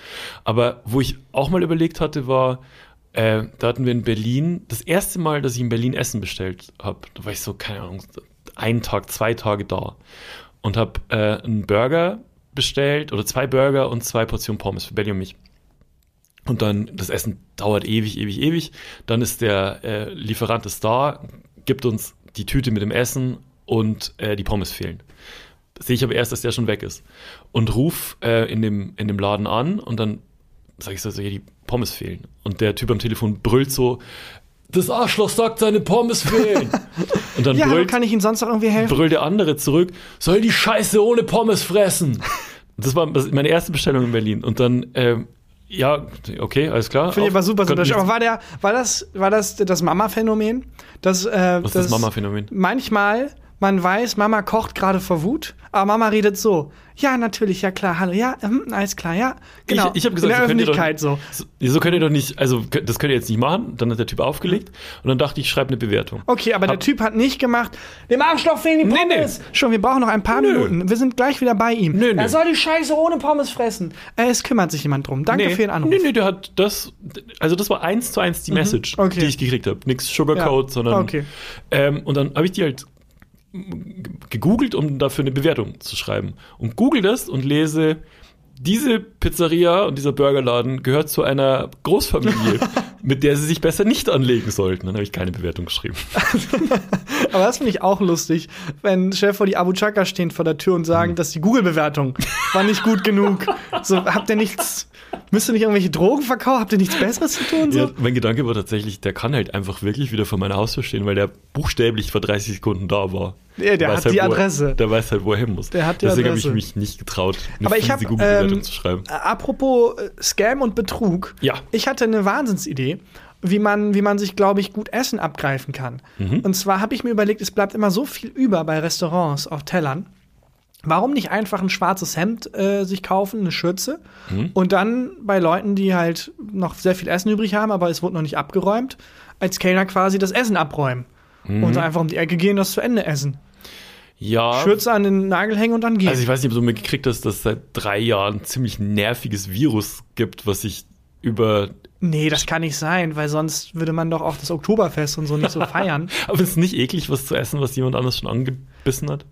C: Aber wo ich auch mal überlegt hatte, war, äh, da hatten wir in Berlin, das erste Mal, dass ich in Berlin Essen bestellt habe, da war ich so, keine Ahnung, einen Tag, zwei Tage da und habe äh, einen Burger bestellt oder zwei Burger und zwei Portionen Pommes für Belly und mich. Und dann, das Essen dauert ewig, ewig, ewig. Dann ist der äh, Lieferant ist da, gibt uns die Tüte mit dem Essen und äh, die Pommes fehlen. Das Sehe ich aber erst, dass der schon weg ist. Und ruf äh, in, dem, in dem Laden an und dann sage ich so, so, hier, die Pommes fehlen. Und der Typ am Telefon brüllt so, das Arschloch sagt, seine Pommes fehlen. und dann
B: ja, hallo,
C: brüllt
B: kann ich Ihnen sonst noch irgendwie helfen?
C: brüllt der andere zurück, soll die Scheiße ohne Pommes fressen. Das war das- meine erste Bestellung in Berlin. Und dann, ähm, ja, okay, alles klar.
B: Finde ich
C: Auf-
B: aber super
C: konnten
B: sympathisch.
C: nicht-
B: Aber war, der, war das, war das das Mama-Phänomen? Das, äh,
C: Was ist das Mama-Phänomen?
B: Manchmal, man weiß, Mama kocht gerade vor Wut, aber Mama redet so. Ja, natürlich, ja klar, hallo, ja, hm, alles klar, ja. Genau,
C: Ich, ich habe gesagt,
B: in der
C: so könnt ihr
B: Öffentlichkeit
C: doch,
B: so.
C: so. So könnt ihr doch nicht, also kö- das könnt ihr jetzt nicht machen. Dann hat der Typ aufgelegt und dann dachte ich, ich schreibe eine Bewertung.
B: Okay, aber der
C: Hab-
B: Typ hat nicht gemacht, dem Arschloch fehlen die
C: Nee,
B: Pommes. Schon, wir brauchen noch ein paar
C: Nö.
B: Minuten. Wir sind gleich wieder bei ihm.
C: Nö, nö.
B: Er soll die Scheiße ohne Pommes fressen. Äh, es kümmert sich jemand drum. Danke für den Anruf. Mhm.
C: Nee, nee, der hat das, also das war eins zu eins die Message,
B: okay.
C: die ich gekriegt habe. Nix Sugarcoat,
B: Ja,
C: sondern.
B: okay.
C: Ähm, und dann habe ich die halt gegoogelt, um dafür eine Bewertung zu schreiben. Und google das und lese, diese Pizzeria und dieser Burgerladen gehört zu einer Großfamilie, mit der sie sich besser nicht anlegen sollten. Dann habe ich keine Bewertung geschrieben.
B: Aber das finde ich auch lustig, wenn Chef vor die Abu Chaka stehen vor der Tür und sagen, dass die Google-Bewertung war nicht gut genug. So, habt ihr nichts, müsst ihr nicht irgendwelche Drogen verkaufen? Habt ihr nichts Besseres zu tun? So?
C: Ja, mein Gedanke war tatsächlich, der kann halt einfach wirklich wieder vor meiner Haustür stehen, weil der buchstäblich vor 30 Sekunden da war.
B: Ja, der
C: Weiß
B: hat die
C: wo er-
B: Adresse.
C: Der weiß halt, wo er hin muss.
B: Der hat die
C: Deswegen
B: Adresse.
C: habe ich mich nicht getraut, eine
B: Aber ich
C: fiese
B: hab,
C: Google-Bewertung
B: ähm,
C: zu schreiben.
B: Äh, Apropos äh, Scam und Betrug.
C: Ja.
B: Ich hatte eine Wahnsinnsidee, wie man, wie man sich, glaube ich, gut Essen abgreifen kann.
C: Mhm.
B: Und zwar habe ich mir überlegt, es bleibt immer so viel über bei Restaurants auf Tellern. Warum nicht einfach ein schwarzes Hemd äh, sich kaufen, eine Schürze
C: Mhm.
B: und dann bei Leuten, die halt noch sehr viel Essen übrig haben, aber es wurde noch nicht abgeräumt,
C: Mhm.
B: als Kellner quasi das Essen abräumen und einfach um die Ecke gehen, das zu Ende essen.
C: Ja.
B: Schürze an den Nagel hängen und dann gehen.
C: Ah. Also ich weiß nicht, ob du mitgekriegt hast, dass es seit drei Jahren ein ziemlich nerviges Virus gibt, was sich über.
B: nee, das kann nicht sein, weil sonst würde man doch auch das Oktoberfest und so nicht so feiern.
C: Aber ist es nicht eklig, was zu essen, was jemand anders schon angebissen hat?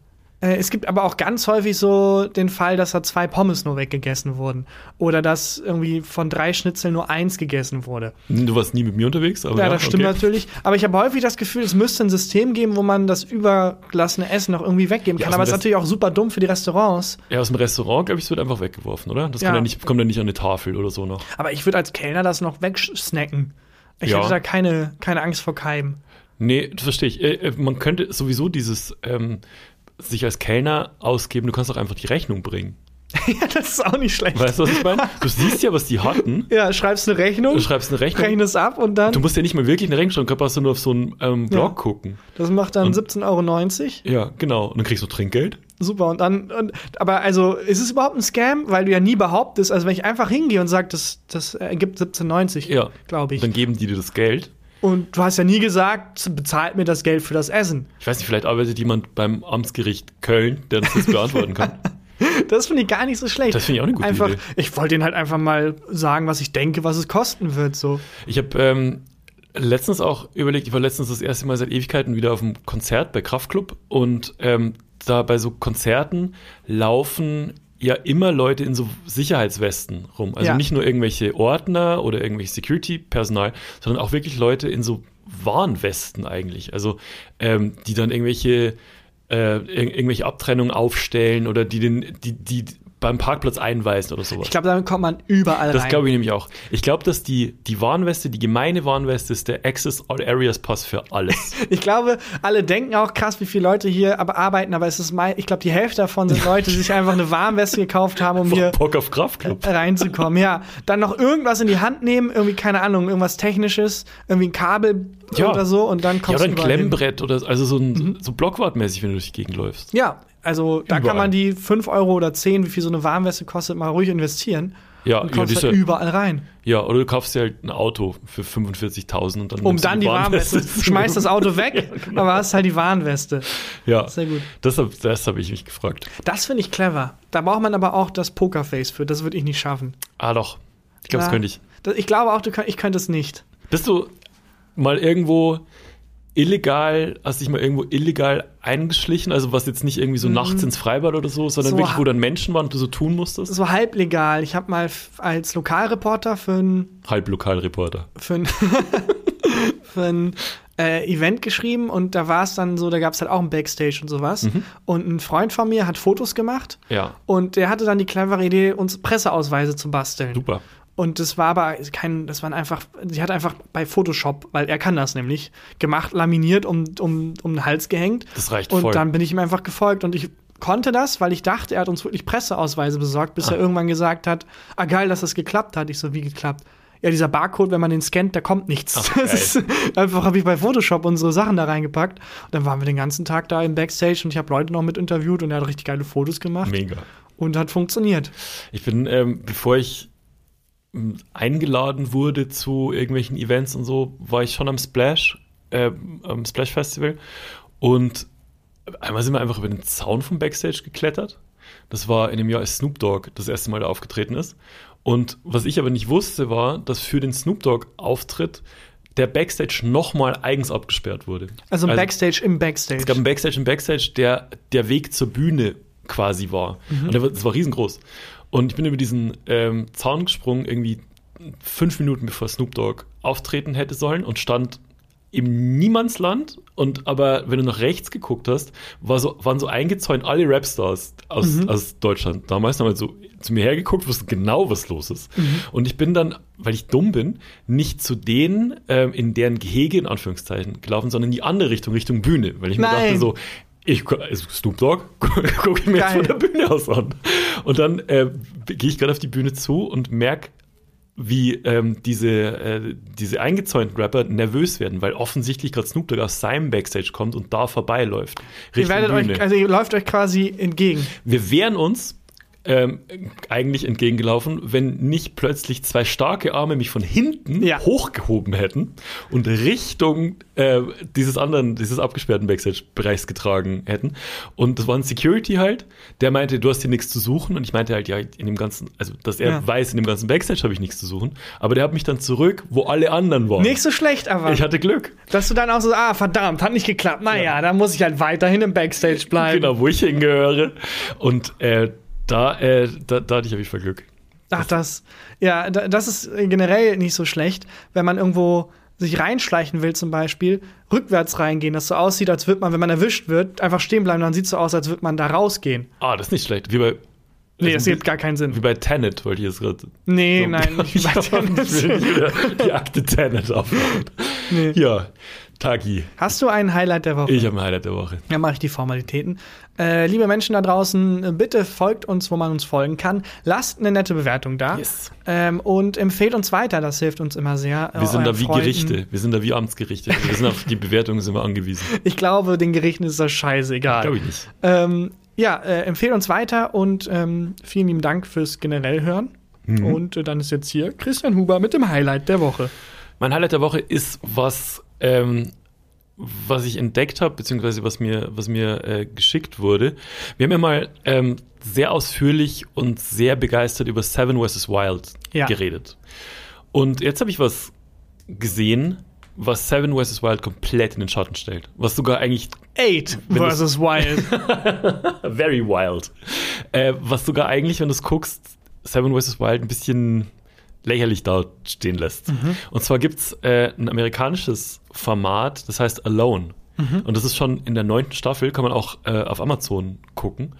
B: Äh, Es gibt aber auch ganz häufig so den Fall, dass da zwei Pommes nur weggegessen wurden. Oder dass irgendwie von drei Schnitzeln nur eins gegessen wurde.
C: Du warst nie mit mir unterwegs, aber.
B: Ja, das stimmt
C: okay.
B: natürlich. Aber ich habe häufig das Gefühl, es müsste ein System geben, wo man das übergelassene Essen noch irgendwie weggeben
C: Ja,
B: kann.
C: also aus
B: Aber
C: dem
B: es ist
C: Rest-
B: natürlich auch super dumm für die Restaurants.
C: Ja, aus dem Restaurant, glaube ich, es wird einfach weggeworfen, oder? Das
B: Ja.
C: Kann ja nicht, kommt ja nicht an eine Tafel oder so noch.
B: Aber ich würde als Kellner das noch wegsnacken. Ich
C: Ja.
B: hätte da keine, keine Angst vor Keimen.
C: Nee, das verstehe ich. Äh, äh, man könnte sowieso dieses ähm, sich als Kellner ausgeben, du kannst doch einfach die Rechnung bringen.
B: ja, das ist auch nicht schlecht.
C: Weißt du, was ich meine? Du siehst ja, was die hatten.
B: Ja, schreibst eine Rechnung,
C: Du schreibst eine Rechnung.
B: rechnest ab und dann,
C: Du musst ja nicht mal wirklich eine Rechnung schreiben, kannst du nur auf so einen ähm, Blog
B: Ja.
C: gucken.
B: das macht dann 17,90 Euro.
C: Ja, genau. Und dann kriegst du Trinkgeld.
B: Super, und dann, und, aber also, ist es überhaupt ein Scam? Weil du ja nie behauptest, also wenn ich einfach hingehe und sage, das, das ergibt 17,90,
C: Ja.
B: glaube ich.
C: Dann geben die dir das Geld.
B: Und du hast ja nie gesagt, bezahlt mir das Geld für das Essen.
C: Ich weiß nicht, vielleicht arbeitet jemand beim Amtsgericht Köln, der uns das beantworten kann.
B: Das finde ich gar nicht so schlecht.
C: Das finde ich auch eine gute
B: einfach,
C: Idee.
B: Ich wollte denen halt einfach mal sagen, was ich denke, was es kosten wird, so.
C: Ich habe ähm, letztens auch überlegt, ich war letztens das erste Mal seit Ewigkeiten wieder auf einem Konzert bei Kraftklub und ähm, da bei so Konzerten laufen ja immer Leute in so Sicherheitswesten rum. Also
B: Ja.
C: nicht nur irgendwelche Ordner oder irgendwelche Security-Personal, sondern auch wirklich Leute in so Warnwesten eigentlich. Also ähm, die dann irgendwelche äh, ir irgendwelche Abtrennungen aufstellen oder die den die die beim Parkplatz einweisen oder sowas.
B: Ich glaube, damit kommt man überall
C: Das
B: rein.
C: glaube ich nämlich auch. Ich glaube, dass die, die Warnweste, die gemeine Warnweste ist der Access All Areas Pass für alles.
B: Ich glaube, alle denken auch krass, wie viele Leute hier aber arbeiten, aber es ist mein, ich glaube, die Hälfte davon sind Leute, die sich einfach eine Warnweste gekauft haben, um hier
C: Bock auf
B: Äh,
C: Kraftclub.
B: reinzukommen. Ja, dann noch irgendwas in die Hand nehmen, irgendwie keine Ahnung, irgendwas technisches, irgendwie ein Kabel
C: Ja.
B: oder so und dann
C: Ja,
B: kommst
C: oder ein
B: du überall hin. Mhm.
C: Klemmbrett oder also so, ein, so blockwartmäßig, wenn du durch die Gegend läufst.
B: Ja, also da
C: Überall.
B: kann man die 5 Euro oder 10, wie viel so eine Warnweste kostet, mal ruhig investieren.
C: Ja,
B: und
C: ja,
B: kommst
C: diese,
B: dann überall rein.
C: ja, oder du kaufst dir halt ein Auto für 45.000 und dann
B: Um
C: nimmst du
B: dann die Warnweste.
C: zu.
B: Schmeißt das Auto weg,
C: genau.
B: aber hast halt die Warnweste.
C: Ja,
B: Sehr gut.
C: das, hab- das habe ich mich gefragt.
B: Das finde ich clever. Da braucht man aber auch das Pokerface für. Das würde ich nicht schaffen.
C: Ah doch, ich glaube,
B: Ja.
C: das könnte ich.
B: Das- Ich glaube auch, du könnt, ich könnte es nicht.
C: Bist du mal irgendwo illegal, hast dich mal irgendwo illegal eingeschlichen? Also was jetzt nicht irgendwie so nachts ins Freibad oder so, sondern
B: Mhm. So
C: wirklich, wo
B: ha-
C: dann Menschen waren und du so tun musstest?
B: So halblegal. Ich habe mal f- als Lokalreporter für ein,
C: Halb Lokalreporter.
B: für ein, für ein äh, Event geschrieben und da war es dann so, da gab es halt auch ein Backstage und sowas. Und ein Freund von mir hat Fotos gemacht
C: Mhm. Ja,
B: und der hatte dann die clevere Idee, uns Presseausweise zu basteln.
C: super.
B: Und das war aber kein, das waren einfach, sie hat einfach bei Photoshop, weil er kann das nämlich, gemacht, laminiert, um, um, um den Hals gehängt.
C: Das reicht
B: und
C: voll.
B: dann bin ich ihm einfach gefolgt und ich konnte das, weil ich dachte, er hat uns wirklich Presseausweise besorgt, bis er irgendwann gesagt hat, ah geil, dass das geklappt hat. Ich so, wie geklappt? Ja, dieser Barcode, wenn man den scannt, da kommt nichts.
C: Ach,
B: das ist, einfach habe ich bei Photoshop unsere Sachen da reingepackt. Und dann waren wir den ganzen Tag da im Backstage und ich habe Leute noch mit interviewt und er hat richtig geile Fotos gemacht
C: Mega.
B: und hat funktioniert.
C: Ich bin, ähm, bevor ich ähm, eingeladen wurde zu irgendwelchen Events und so, war ich schon am Splash, ähm, am Splash Festival. Und einmal sind wir einfach über den Zaun vom Backstage geklettert. Das war in dem Jahr, als Snoop Dogg das erste Mal da aufgetreten ist. Und was ich aber nicht wusste, war, dass für den Snoop Dogg-Auftritt der Backstage nochmal eigens abgesperrt wurde.
B: Also, im Backstage im Backstage.
C: Es gab einen Backstage im Backstage, der der Weg zur Bühne quasi war. Und der, war- das war riesengroß. Und ich bin über diesen ähm, Zaun gesprungen, irgendwie fünf Minuten bevor Snoop Dogg auftreten hätte sollen und stand im Niemandsland. Und aber wenn du nach rechts geguckt hast, war so, waren so eingezäunt alle Rapstars aus, aus Deutschland. Damals haben wir so zu mir hergeguckt, wussten genau, was los ist. Und ich bin dann, weil ich dumm bin, nicht zu denen ähm, in deren Gehege in Anführungszeichen gelaufen, sondern in die andere Richtung, Richtung Bühne. Weil ich mir dachte
B: Nein.
C: so, ich, also Snoop Dogg, gucke ich mir jetzt von
B: Geil.
C: der Bühne aus an. Und dann äh, gehe ich gerade auf die Bühne zu und merke, wie ähm, diese, äh, diese eingezäunten Rapper nervös werden, weil offensichtlich gerade Snoop Dogg aus seinem Backstage kommt und da vorbeiläuft.
B: Ihr
C: Richtung
B: werdet also,
C: Bühne.
B: euch, also ihr läuft euch quasi entgegen.
C: Wir wehren uns, ähm, eigentlich entgegengelaufen, wenn nicht plötzlich zwei starke Arme mich von hinten
B: Ja.
C: hochgehoben hätten und Richtung äh, dieses anderen, dieses abgesperrten Backstage-Bereichs getragen hätten. Und das war ein Security halt, der meinte, du hast hier nichts zu suchen. Und ich meinte halt, ja, in dem ganzen, also dass er
B: Ja.
C: weiß, in dem ganzen Backstage habe ich nichts zu suchen. Aber der hat mich dann zurück, wo alle anderen waren.
B: Nicht so schlecht, aber.
C: Ich hatte Glück.
B: dass du dann auch so, ah, verdammt, hat nicht geklappt. Naja, dann muss ich halt weiterhin im Backstage bleiben.
C: Genau, wo ich hingehöre. Und äh, da, äh, da, da hatte ich auf jeden Fall Glück.
B: Ach, das. Ja, da- das ist generell nicht so schlecht, wenn man irgendwo sich reinschleichen will, zum Beispiel, rückwärts reingehen, dass so aussieht, als würde man, wenn man erwischt wird, einfach stehen bleiben, dann sieht so aus, als würde man da rausgehen.
C: Ah, das ist nicht schlecht. Wie bei,
B: Nee,
C: Also
B: das
C: wie-
B: gibt gar keinen
C: wie
B: Sinn.
C: bei Tenet wollte ich jetzt gerade.
B: Nee, nein,
C: ich,
B: nicht bei Tenet.
C: ich will nicht wieder die Akte Tenet aufmachen.
B: Nee.
C: Ja, Taki,
B: Hast du ein Highlight der Woche?
C: ich habe ein Highlight der Woche.
B: Dann mache ich die Formalitäten. Äh, liebe Menschen da draußen, äh, bitte folgt uns, wo man uns folgen kann. Lasst eine nette Bewertung da.
C: Yes.
B: Ähm, und empfehlt uns weiter, das hilft uns immer sehr. äh,
C: Wir sind da
B: Euren
C: wie
B: Freunden.
C: Gerichte, wir sind da wie Amtsgerichte. Wir sind auf die Bewertungen sind wir angewiesen.
B: Ich glaube, den Gerichten ist das scheißegal.
C: Glaube ich nicht.
B: Ähm, ja, äh, empfehlt uns weiter und ähm, vielen lieben Dank fürs generell hören.
C: Mhm.
B: Und äh, dann ist jetzt hier Christian Huber mit dem Highlight der Woche.
C: Mein Highlight der Woche ist was, ähm, was ich entdeckt habe, beziehungsweise was mir, was mir äh, geschickt wurde. Wir haben ja mal ähm, sehr ausführlich und sehr begeistert über Seven vs. Wild
B: Ja.
C: geredet. Und jetzt habe ich was gesehen, was Seven vs. Wild komplett in den Schatten stellt. Was sogar eigentlich
B: Eight
C: Wenn es-
B: versus Wild. Also
C: Very wild. Äh, was sogar eigentlich, wenn du es guckst, Seven vs. Wild ein bisschen lächerlich da stehen lässt. Und zwar gibt es äh, ein amerikanisches Format, das heißt Alone. Und das ist schon in der neunten Staffel, kann man auch äh, auf Amazon gucken.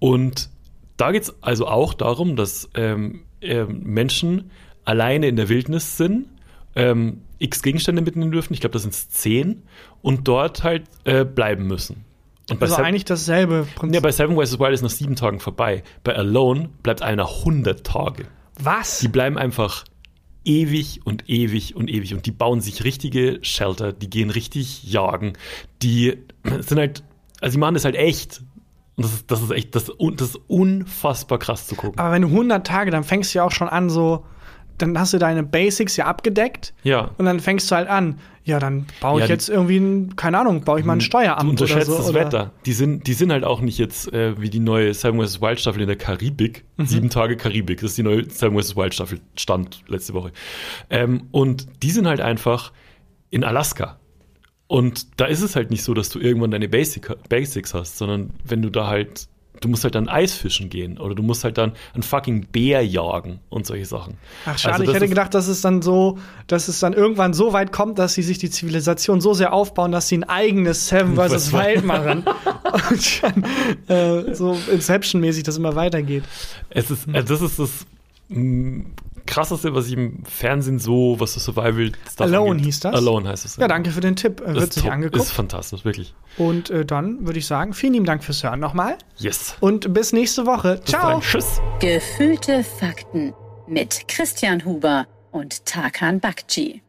C: Und da geht es also auch darum, dass ähm, ähm, Menschen alleine in der Wildnis sind, ähm, x Gegenstände mitnehmen dürfen, ich glaube, das sind zehn, und dort halt äh, bleiben müssen. Und bei
B: Also
C: Seven-
B: eigentlich dasselbe
C: ja,
B: Prinzip.
C: bei Seven vs. Wild ist nach sieben Tagen vorbei. Bei Alone bleibt einer 100 Tage.
B: Was?
C: Die bleiben einfach ewig und ewig und ewig. Und die bauen sich richtige Shelter, die gehen richtig jagen. Die sind halt, also die machen das halt echt. Und das ist, das ist echt, das, und das ist unfassbar krass zu gucken.
B: Aber wenn du 100 Tage, dann fängst du ja auch schon an so, dann hast du deine Basics ja abgedeckt.
C: Ja.
B: Und dann fängst du halt an, ja, dann baue
C: Ja,
B: ich
C: die- Hm,
B: jetzt irgendwie, ein, keine Ahnung, baue ich mal ein
C: Du
B: Steueramt oder
C: unterschätzt
B: so.
C: das
B: oder
C: Wetter. Die sind, die sind halt auch nicht jetzt äh, wie die neue Seven vs. Wild Staffel in der Karibik.
B: Mhm.
C: Sieben Tage Karibik. Das ist die neue Seven vs. Wild Staffel. Stand letzte Woche. Ähm, und die sind halt einfach in Alaska. Und da ist es halt nicht so, dass du irgendwann deine Basic, Basics hast, sondern wenn du da halt, du musst halt dann Eisfischen gehen oder du musst halt dann einen fucking Bär jagen und solche Sachen.
B: Ach schade,
C: Also
B: ich
C: das
B: hätte
C: ist-
B: gedacht, dass es dann so, dass es dann irgendwann so weit kommt, dass sie sich die Zivilisation so sehr aufbauen, dass sie ein eigenes Seven vs.
C: Hm, Was war-
B: Wild machen. Und dann äh, so Inception-mäßig das immer weitergeht.
C: Es
B: Hm.
C: ist, äh, das ist das mh, krasseste, was ich im Fernsehen so, was das Survival Stuff
B: Alone hieß das?
C: Alone heißt es.
B: Ja, danke für den Tipp. Äh,
C: Das
B: Wird
C: ist
B: sich
C: top. Ist
B: angeguckt.
C: fantastisch, wirklich.
B: Und äh, dann würde ich sagen, vielen lieben Dank fürs Hören nochmal.
C: Yes.
B: Und bis nächste Woche. Ciao.
C: Nein, tschüss.
A: Gefühlte Fakten mit Christian Huber und Tarkan Bakci.